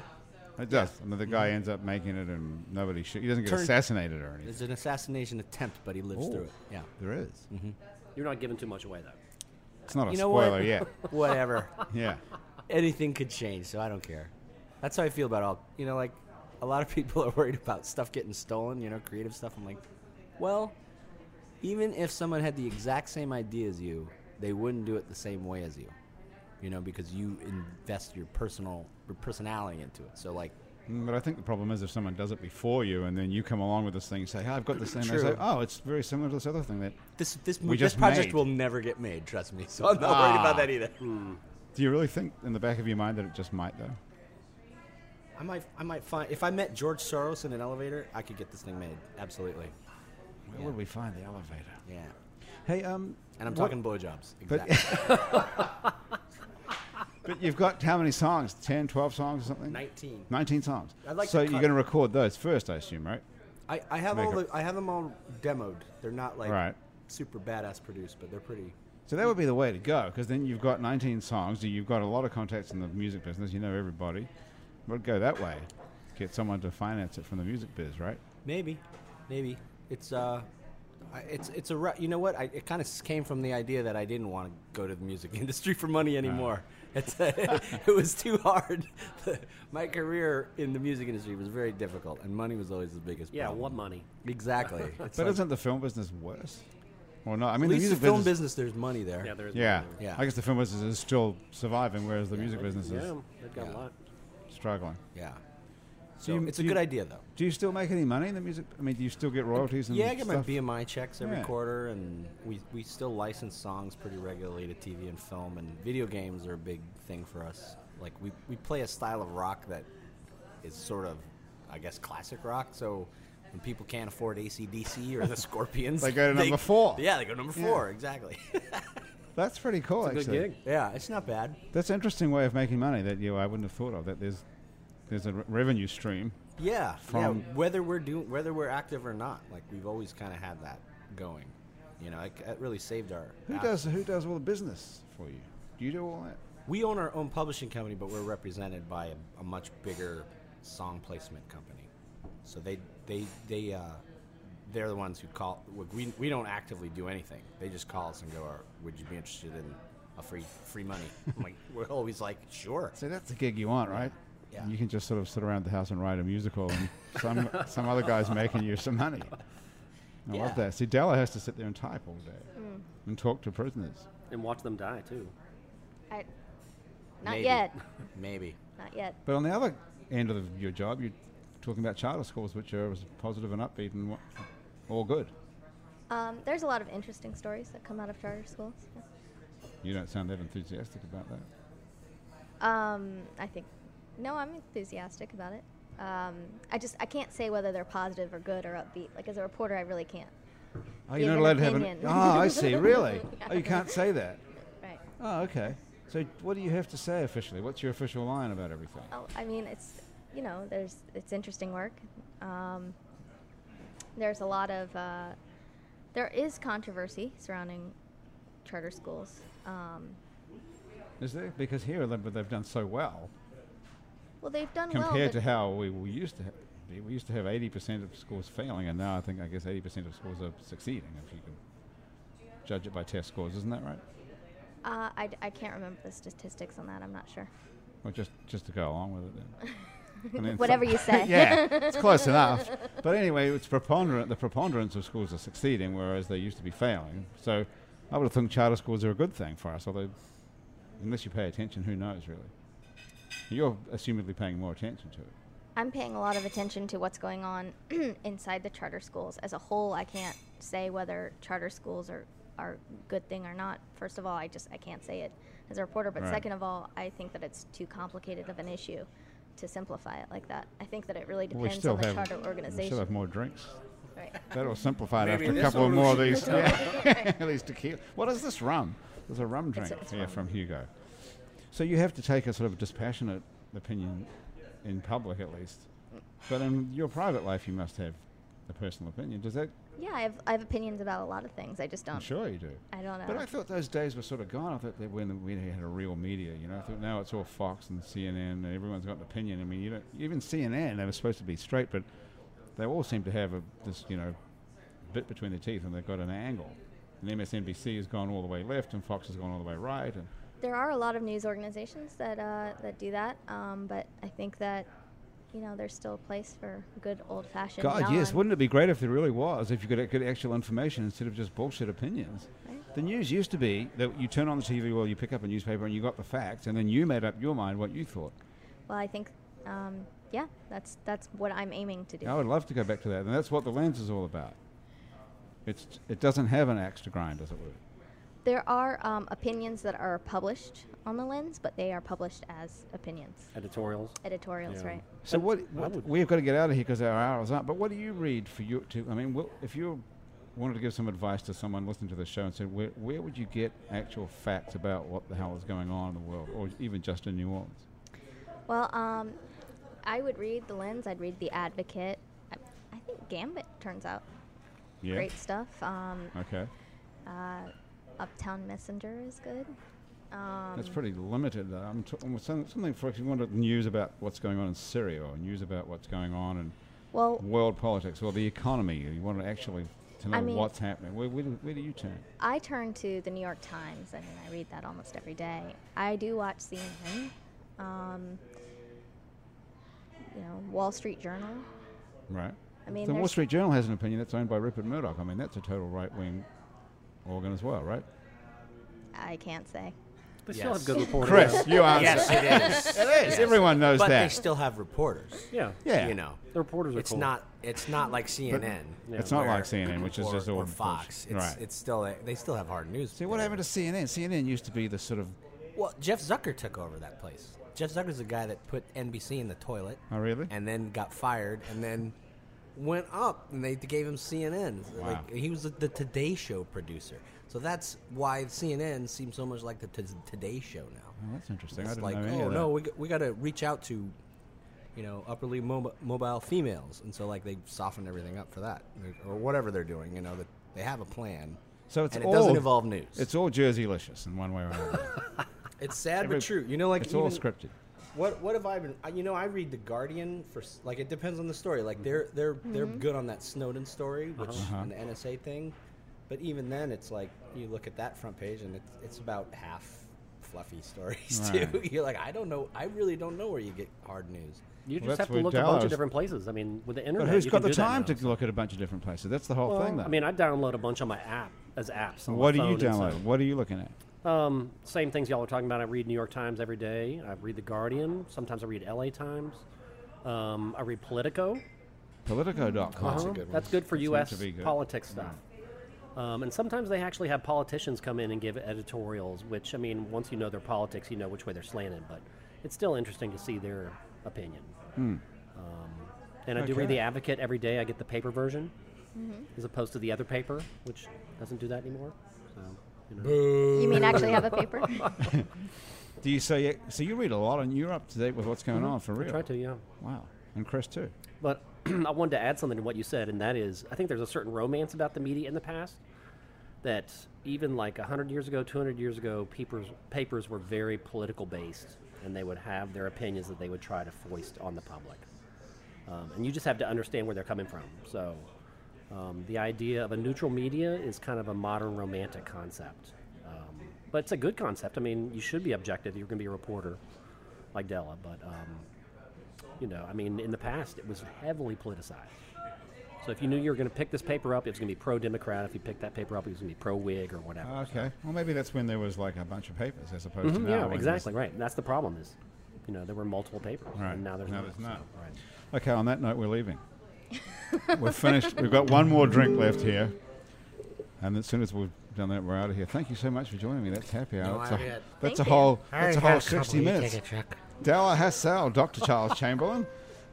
It does. I mean, the guy
Mm-hmm.
ends up making it, and nobody shoot. He doesn't get
Turn-
assassinated or anything.
There's an assassination attempt, but he lives
Oh.
through it. Yeah.
There is.
You're not giving too much away though.
It's not a
You know what?
spoiler yet.
Whatever.
Yeah.
Anything could change, so I don't care. That's how I feel about all. You know, like a lot of people are worried about stuff getting stolen. You know, creative stuff. I'm like, well, even if someone had the exact same idea as you, they wouldn't do it the same way as you. You know, because you invest your personal your personality into it. So like,
Mm, But I think the problem is if someone does it before you and then you come along with this thing, say, "Hey, I've got this thing, they say,
True.
oh, it's very similar to this other thing. That
This this
We
mo- this
just
project
made.
will never get made. Trust me. So I'm not worried
Ah.
about that either.
Do you really think in the back of your mind that it just might, though?
I might I might find if I met George Soros in an elevator, I could get this thing made. Absolutely.
Where would we find the elevator?
Yeah.
Hey, um,
And
what-
I'm talking blowjobs.
But-
Exactly.
But you've got how many songs? 10, 12 songs or something?
19.
19 songs.
I'd like
so
to
you're
cut-
going to record those first, I assume, right?
I, I have all
Make
the I have them all demoed. They're not like
Right.
super badass produced, but they're pretty.
So that would be the way to go, because then you've got 19 songs, you've got a lot of contacts in the music business, you know everybody. Would go that way. Get someone to finance it from the music biz, right?
Maybe, maybe it's uh, I- it's it's a ru- you know what? I, it kind of came from the idea that I didn't want to go to the music industry for money anymore. It's it was too hard. My career in the music industry was very difficult, and money was always the biggest.
Yeah,
problem.
what money?
Exactly. It's
But
like-
isn't the film business worse? Well, no, I
at
mean the
least the
music
film
business.
business, there's money there.
Yeah, there is.
Yeah,
money
Yeah.
I guess the film business is still surviving, whereas the music
there.
business is
Yeah, they've got a
Yeah.
lot.
struggling.
yeah.
Do
So
you-
it's
do
a
you-
good idea though.
Do you still make any money in the music? I mean, do you still get royalties and
Yeah, I get my
stuff?
BMI checks every
Yeah.
quarter, and we, we still license songs pretty regularly to TV and film, and video games are a big thing for us. Like, we, we play a style of rock that is sort of, I guess, classic rock, so when people can't afford ACDC or the Scorpions...
They go to number four.
Yeah, they go number
Yeah.
four, exactly.
That's pretty cool,
It's a good
actually.
gig.
yeah, it's not bad.
That's an interesting way of making money that you know, I wouldn't have thought of. That there's there's a re- revenue stream.
Yeah,
From-
yeah. Whether we're doing, whether we're active or not, like we've always kind of had that going. You know, it, it really saved our.
Who
ass.
does who does all the business for you? Do you do all that?
We own our own publishing company, but we're represented by a, a much bigger song placement company. So they they they uh, they're the ones who call. We, we don't actively do anything. They just call us and go, "Are- "Would you be interested in a free free money?" I'm like, we're always like, "Sure."
So that's the gig you want, right?
Yeah.
And You can just sort of sit around the house and write a musical, and some some other guy's making you some money. I
Yeah.
love that. See, Della has to sit there and type all day and talk to prisoners.
And watch them die, too.
I, not
Maybe.
yet.
Maybe.
Not yet.
But on the other end of your job, you're talking about charter schools, which are positive and upbeat and what, all good.
Um, there's a lot of interesting stories that come out of charter schools. yeah.
You don't sound that enthusiastic about that.
Um, I think, no, I'm enthusiastic about it. Um, I just I can't say whether they're positive or good or upbeat. Like as a reporter, I really can't.
Oh, you're
Give
not
an
allowed to have an.
opinion.
Oh, I see. Really? Oh, you can't say that.
Right.
Oh, okay. So, what do you have to say officially? What's your official line about everything?
Oh, I mean, it's you know, there's it's interesting work. Um, there's a lot of uh, there is controversy surrounding charter schools. Um,
Is there? Because here, they- but they've done so well
well, they've done well.
compared
but-
to how we, we used to. Have, we used to have 80% of schools failing, and now I think I guess 80% of schools are succeeding. If you can judge it by test scores, isn't that right?
uh, I, d- I can't remember the statistics on that. I'm not sure.
Well, just just to go along with it. Then. I mean,
Whatever you say.
yeah, it's close enough. But anyway, it's preponderant. The preponderance of schools are succeeding, whereas they used to be failing. So, I would have thought charter schools are a good thing for us. Although, unless you pay attention, who knows really? You're assumedly paying more attention to it.
I'm paying a lot of attention to what's going on inside the charter schools as a whole. I can't say whether charter schools are are a good thing or not. First of all, I just I can't say it as a reporter. But
Right.
second of all, I think that it's too complicated of an issue to simplify it like that. I think that it really
we
depends
still
on the
have
charter
we still
organization.
have more drinks.
Right.
That'll simplify it
Maybe
after a
this
couple
one we
more of
should
these. Yeah. these tequila. What is this rum? There's a rum drink
it's
here
rum.
from Hugo. So you have to take a sort of dispassionate opinion in public, at least. But in your private life, you must have a personal opinion. Does that?
Yeah, I have I have opinions about a lot of things. I just
I'm
don't.
sure you do.
Oh. I don't know.
But I thought those days were sort of gone. I thought that when we had a real media, you know, I thought now it's all Fox and CNN and everyone's got an opinion. I mean, you don't, even CNN, they were supposed to be straight, but they all seem to have a, this, you know, bit between their teeth and they've got an angle. And MSNBC has gone all the way left and Fox has gone all the way right. And
There are a lot of news organizations that uh, that do that, um, but I think that you know there's still a place for good old-fashioned.
God, yes,
non-
wouldn't it be great if there really was, if you could get good actual information instead of just bullshit opinions?
Right.
The news used to be that you turn on the TV, well, you pick up a newspaper and you got the facts, and then you made up your mind what you thought.
Well, I think um, yeah, that's that's what I'm aiming to do.
I would love to go back to that, and that's what the lens is all about. It's it doesn't have an axe to grind, as it were.
There are um, opinions that are published on the lens, but they are published as opinions,
Editorials.
editorials,
Yeah.
right?
So what,
I
what
would-
we've got to get out of here because our hour is up. But what do you read for you to? I mean, well, if you wanted to give some advice to someone listening to the show and said, where, where would you get actual facts about what the hell is going on in the world, or even just in New Orleans?
Well, um, I would read the lens. I'd read the Advocate. I, I think Gambit turns out
Yeah.
great stuff. Um,
Okay.
uh, Uptown Messenger is good. Um,
That's pretty limited. Though. I'm t- something for if you wanted news about what's going on in Syria or news about what's going on in
well,
world politics or the economy. You want to actually to know
I mean-
what's happening. Where, where, do, where do you turn?
I turn to the New York Times. I mean, I read that almost every day. I do watch CNN. Um, you know, Wall Street Journal.
Right.
I mean,
the Wall
there's-
Street Journal has an opinion that's owned by Rupert Murdoch. I mean, that's a total right wing organ as well, right?
I can't say.
They still have
Yes.
good reporting.
Chris, you answer.
Yes, it is. it
Yes, Everyone knows
But they
that.
still have reporters.
Yeah.
yeah.
You know,
The reporters are
it's
cool.
not it's not like CNN.
It's not
where-
like CNN, which is
or-
just all
or Fox. It's,
right.
it's still they still have hard news.
See, what happened to CNN? CNN used to be the sort of. oh,
Well, Jeff Zucker took over that place. Jeff Zucker's the guy that put NBC in the toilet.
Oh, really?
And then got fired, and then went up, and they gave him CNN.
Wow.
Like, he was the, the Today Show producer, so that's why CNN seems so much like the t- Today Show
Oh,
now.
that's interesting. I
It's
didn't
like,
know any
oh
of that.
no, we, g- we got to reach out to, you know, upperly mobi- mobile females, and so like they soften everything up for that, or whatever they're doing. You know, that they have a plan.
So it's
and
all,
it doesn't involve news.
It's all Jerseylicious in one way or another.
it's sad
every-
but true. You know, like
it's all
even-
scripted.
What what have I been? I- You know, I read the Guardian for s- like it depends on the story. Like they're they're they're good on that Snowden story, which and the NSA thing, but even then, it's like you look at that front page and it's it's about half fluffy stories too.
Right.
You're like, I don't know, I really don't know where you get hard news.
You
Well,
just
that's
have to
where
look a bunch
Dallas-
of different places. I mean, with the internet,
But who's
you
got
can
the
do that
time
now,
to
so-
look at a bunch of different places? That's the whole thing, though.
Uh, I mean, I download a bunch on my app as apps. On
what
my
are you
phone, and so-
downloading? What are you looking at?
Um, same things y'all are talking about. I read New York Times every day. I read The Guardian. Sometimes I read LA Times. Um, I read Politico.
Politico.com.
Uh-huh. That's good for
That's meant
U.S.
to be good.
politics stuff. Um, and sometimes they actually have politicians come in and give editorials, which, I mean, once you know their politics, you know which way they're slanted, but it's still interesting to see their opinion. Um, and I do read
Hmm. Okay.
The Advocate every day. I get the paper version as opposed to the other paper, which doesn't do that anymore. So, you know.
You mean actually have a paper?
Do you so you, so you read a lot and you're up to date with what's going on for real?
Try to, yeah.
Wow, and Chris too.
But I wanted to add something to what you said, and that is, I think there's a certain romance about the media in the past that even like 100 years ago, 200 years ago, papers, papers were very political based, and they would have their opinions that they would try to foist on the public. Um, and you just have to understand where they're coming from. So um, the idea of a neutral media is kind of a modern romantic concept. Um, but it's a good concept. I mean, you should be objective. You're going to be a reporter like Della, but um, you know, I mean, in the past, it was heavily politicized. So if you knew you were going to pick this paper up, it was going to be pro-Democrat. If you picked that paper up, it was going to be pro-Whig or whatever.
Okay, well maybe that's when there was like a bunch of papers as opposed
Mhm,
to now.
yeah,
when
exactly right. That's the problem is, you know, there were multiple papers,
Right.
and now there's
Now
not.
there's not.
so, right.
there's- Okay, on that note, we're leaving. we're finished. We've got one more drink left here, and as soon as we've done that, we're out of here. Thank you so much for joining me. That's happy hour.
No,
that's
I
a,
had-
that's
Thank
a
you.
whole that's a
I had
whole
a couple.
sixty
You
minutes.
Take a check.
Dalla Hassel, Dr. Charles Chamberlain,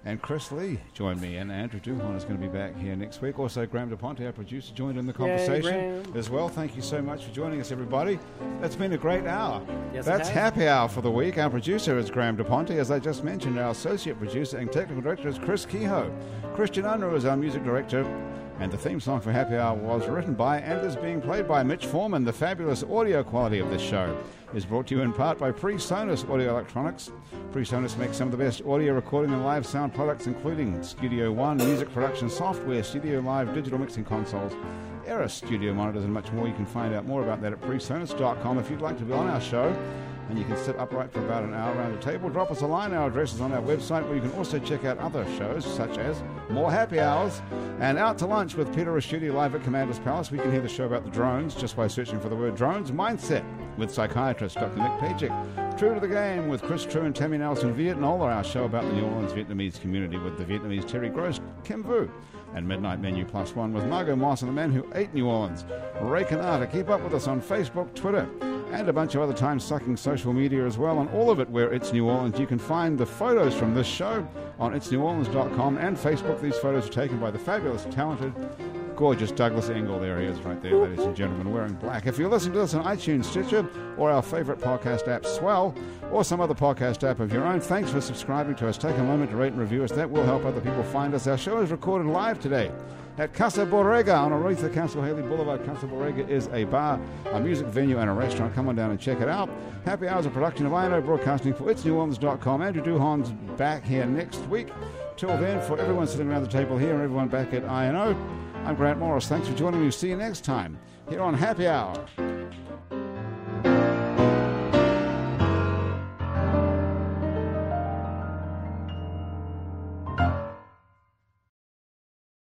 and Chris Lee join me. And Andrew Duhon is going to be back here next week. Also, Graham DePonte, our producer, joined in the conversation
Graham.
as well. Thank you so much for joining us, everybody. That's been a great hour.
Yes, it
That's
has.
happy hour for the week. Our producer is Graham DePonte, as I just mentioned. Our associate producer and technical director is Chris Kehoe. Christian Unruh is our music director. And the theme song for Happy Hour was written by and is being played by Mitch Foreman. The fabulous audio quality of this show is brought to you in part by PreSonus Audio Electronics. PreSonus makes some of the best audio recording and live sound products, including Studio One music production software, Studio Live digital mixing consoles, Era studio monitors, and much more. You can find out more about that at PreSonus.com. If you'd like to be on our show, and you can sit upright for about an hour around the table. Drop us a line. Our address is on our website, where you can also check out other shows such as More Happy Hours and Out to Lunch with Peter Raschuti live at Commander's Palace. We can hear the show about the drones just by searching for the word drones mindset with psychiatrist Dr. Nick Pajic. True to the Game with Chris True and Tammy Nelson. Vietnola, our show about the New Orleans Vietnamese community with the Vietnamese Terry Gross, Kim Vu. And Midnight Menu Plus One with Margot Moss and the man who ate New Orleans, Ray Kanata. Keep up with us on Facebook, Twitter, and a bunch of other time sucking social media as well. On all of it where It's New Orleans, you can find the photos from this show on itsneworleans.com and Facebook. These photos are taken by the fabulous, talented, gorgeous Douglas Engel. There he is right there, ladies and gentlemen, wearing black. If you're listening to this on iTunes, Stitcher, or our favorite podcast app, Swell, or some other podcast app of your own, thanks for subscribing to us. Take a moment to rate and review us. That will help other people find us. Our show is recorded live today at Casa Borrega on Aretha Castle Haley Boulevard. Casa Borrega is a bar, a music venue, and a restaurant. Come on down and check it out. Happy Hours, a production of INO Broadcasting for itsneworleans.com. Andrew Duhon's back here next week. Till then, for everyone sitting around the table here and everyone back at INO, I'm Grant Morris. Thanks for joining me. See you next time here on Happy Hour.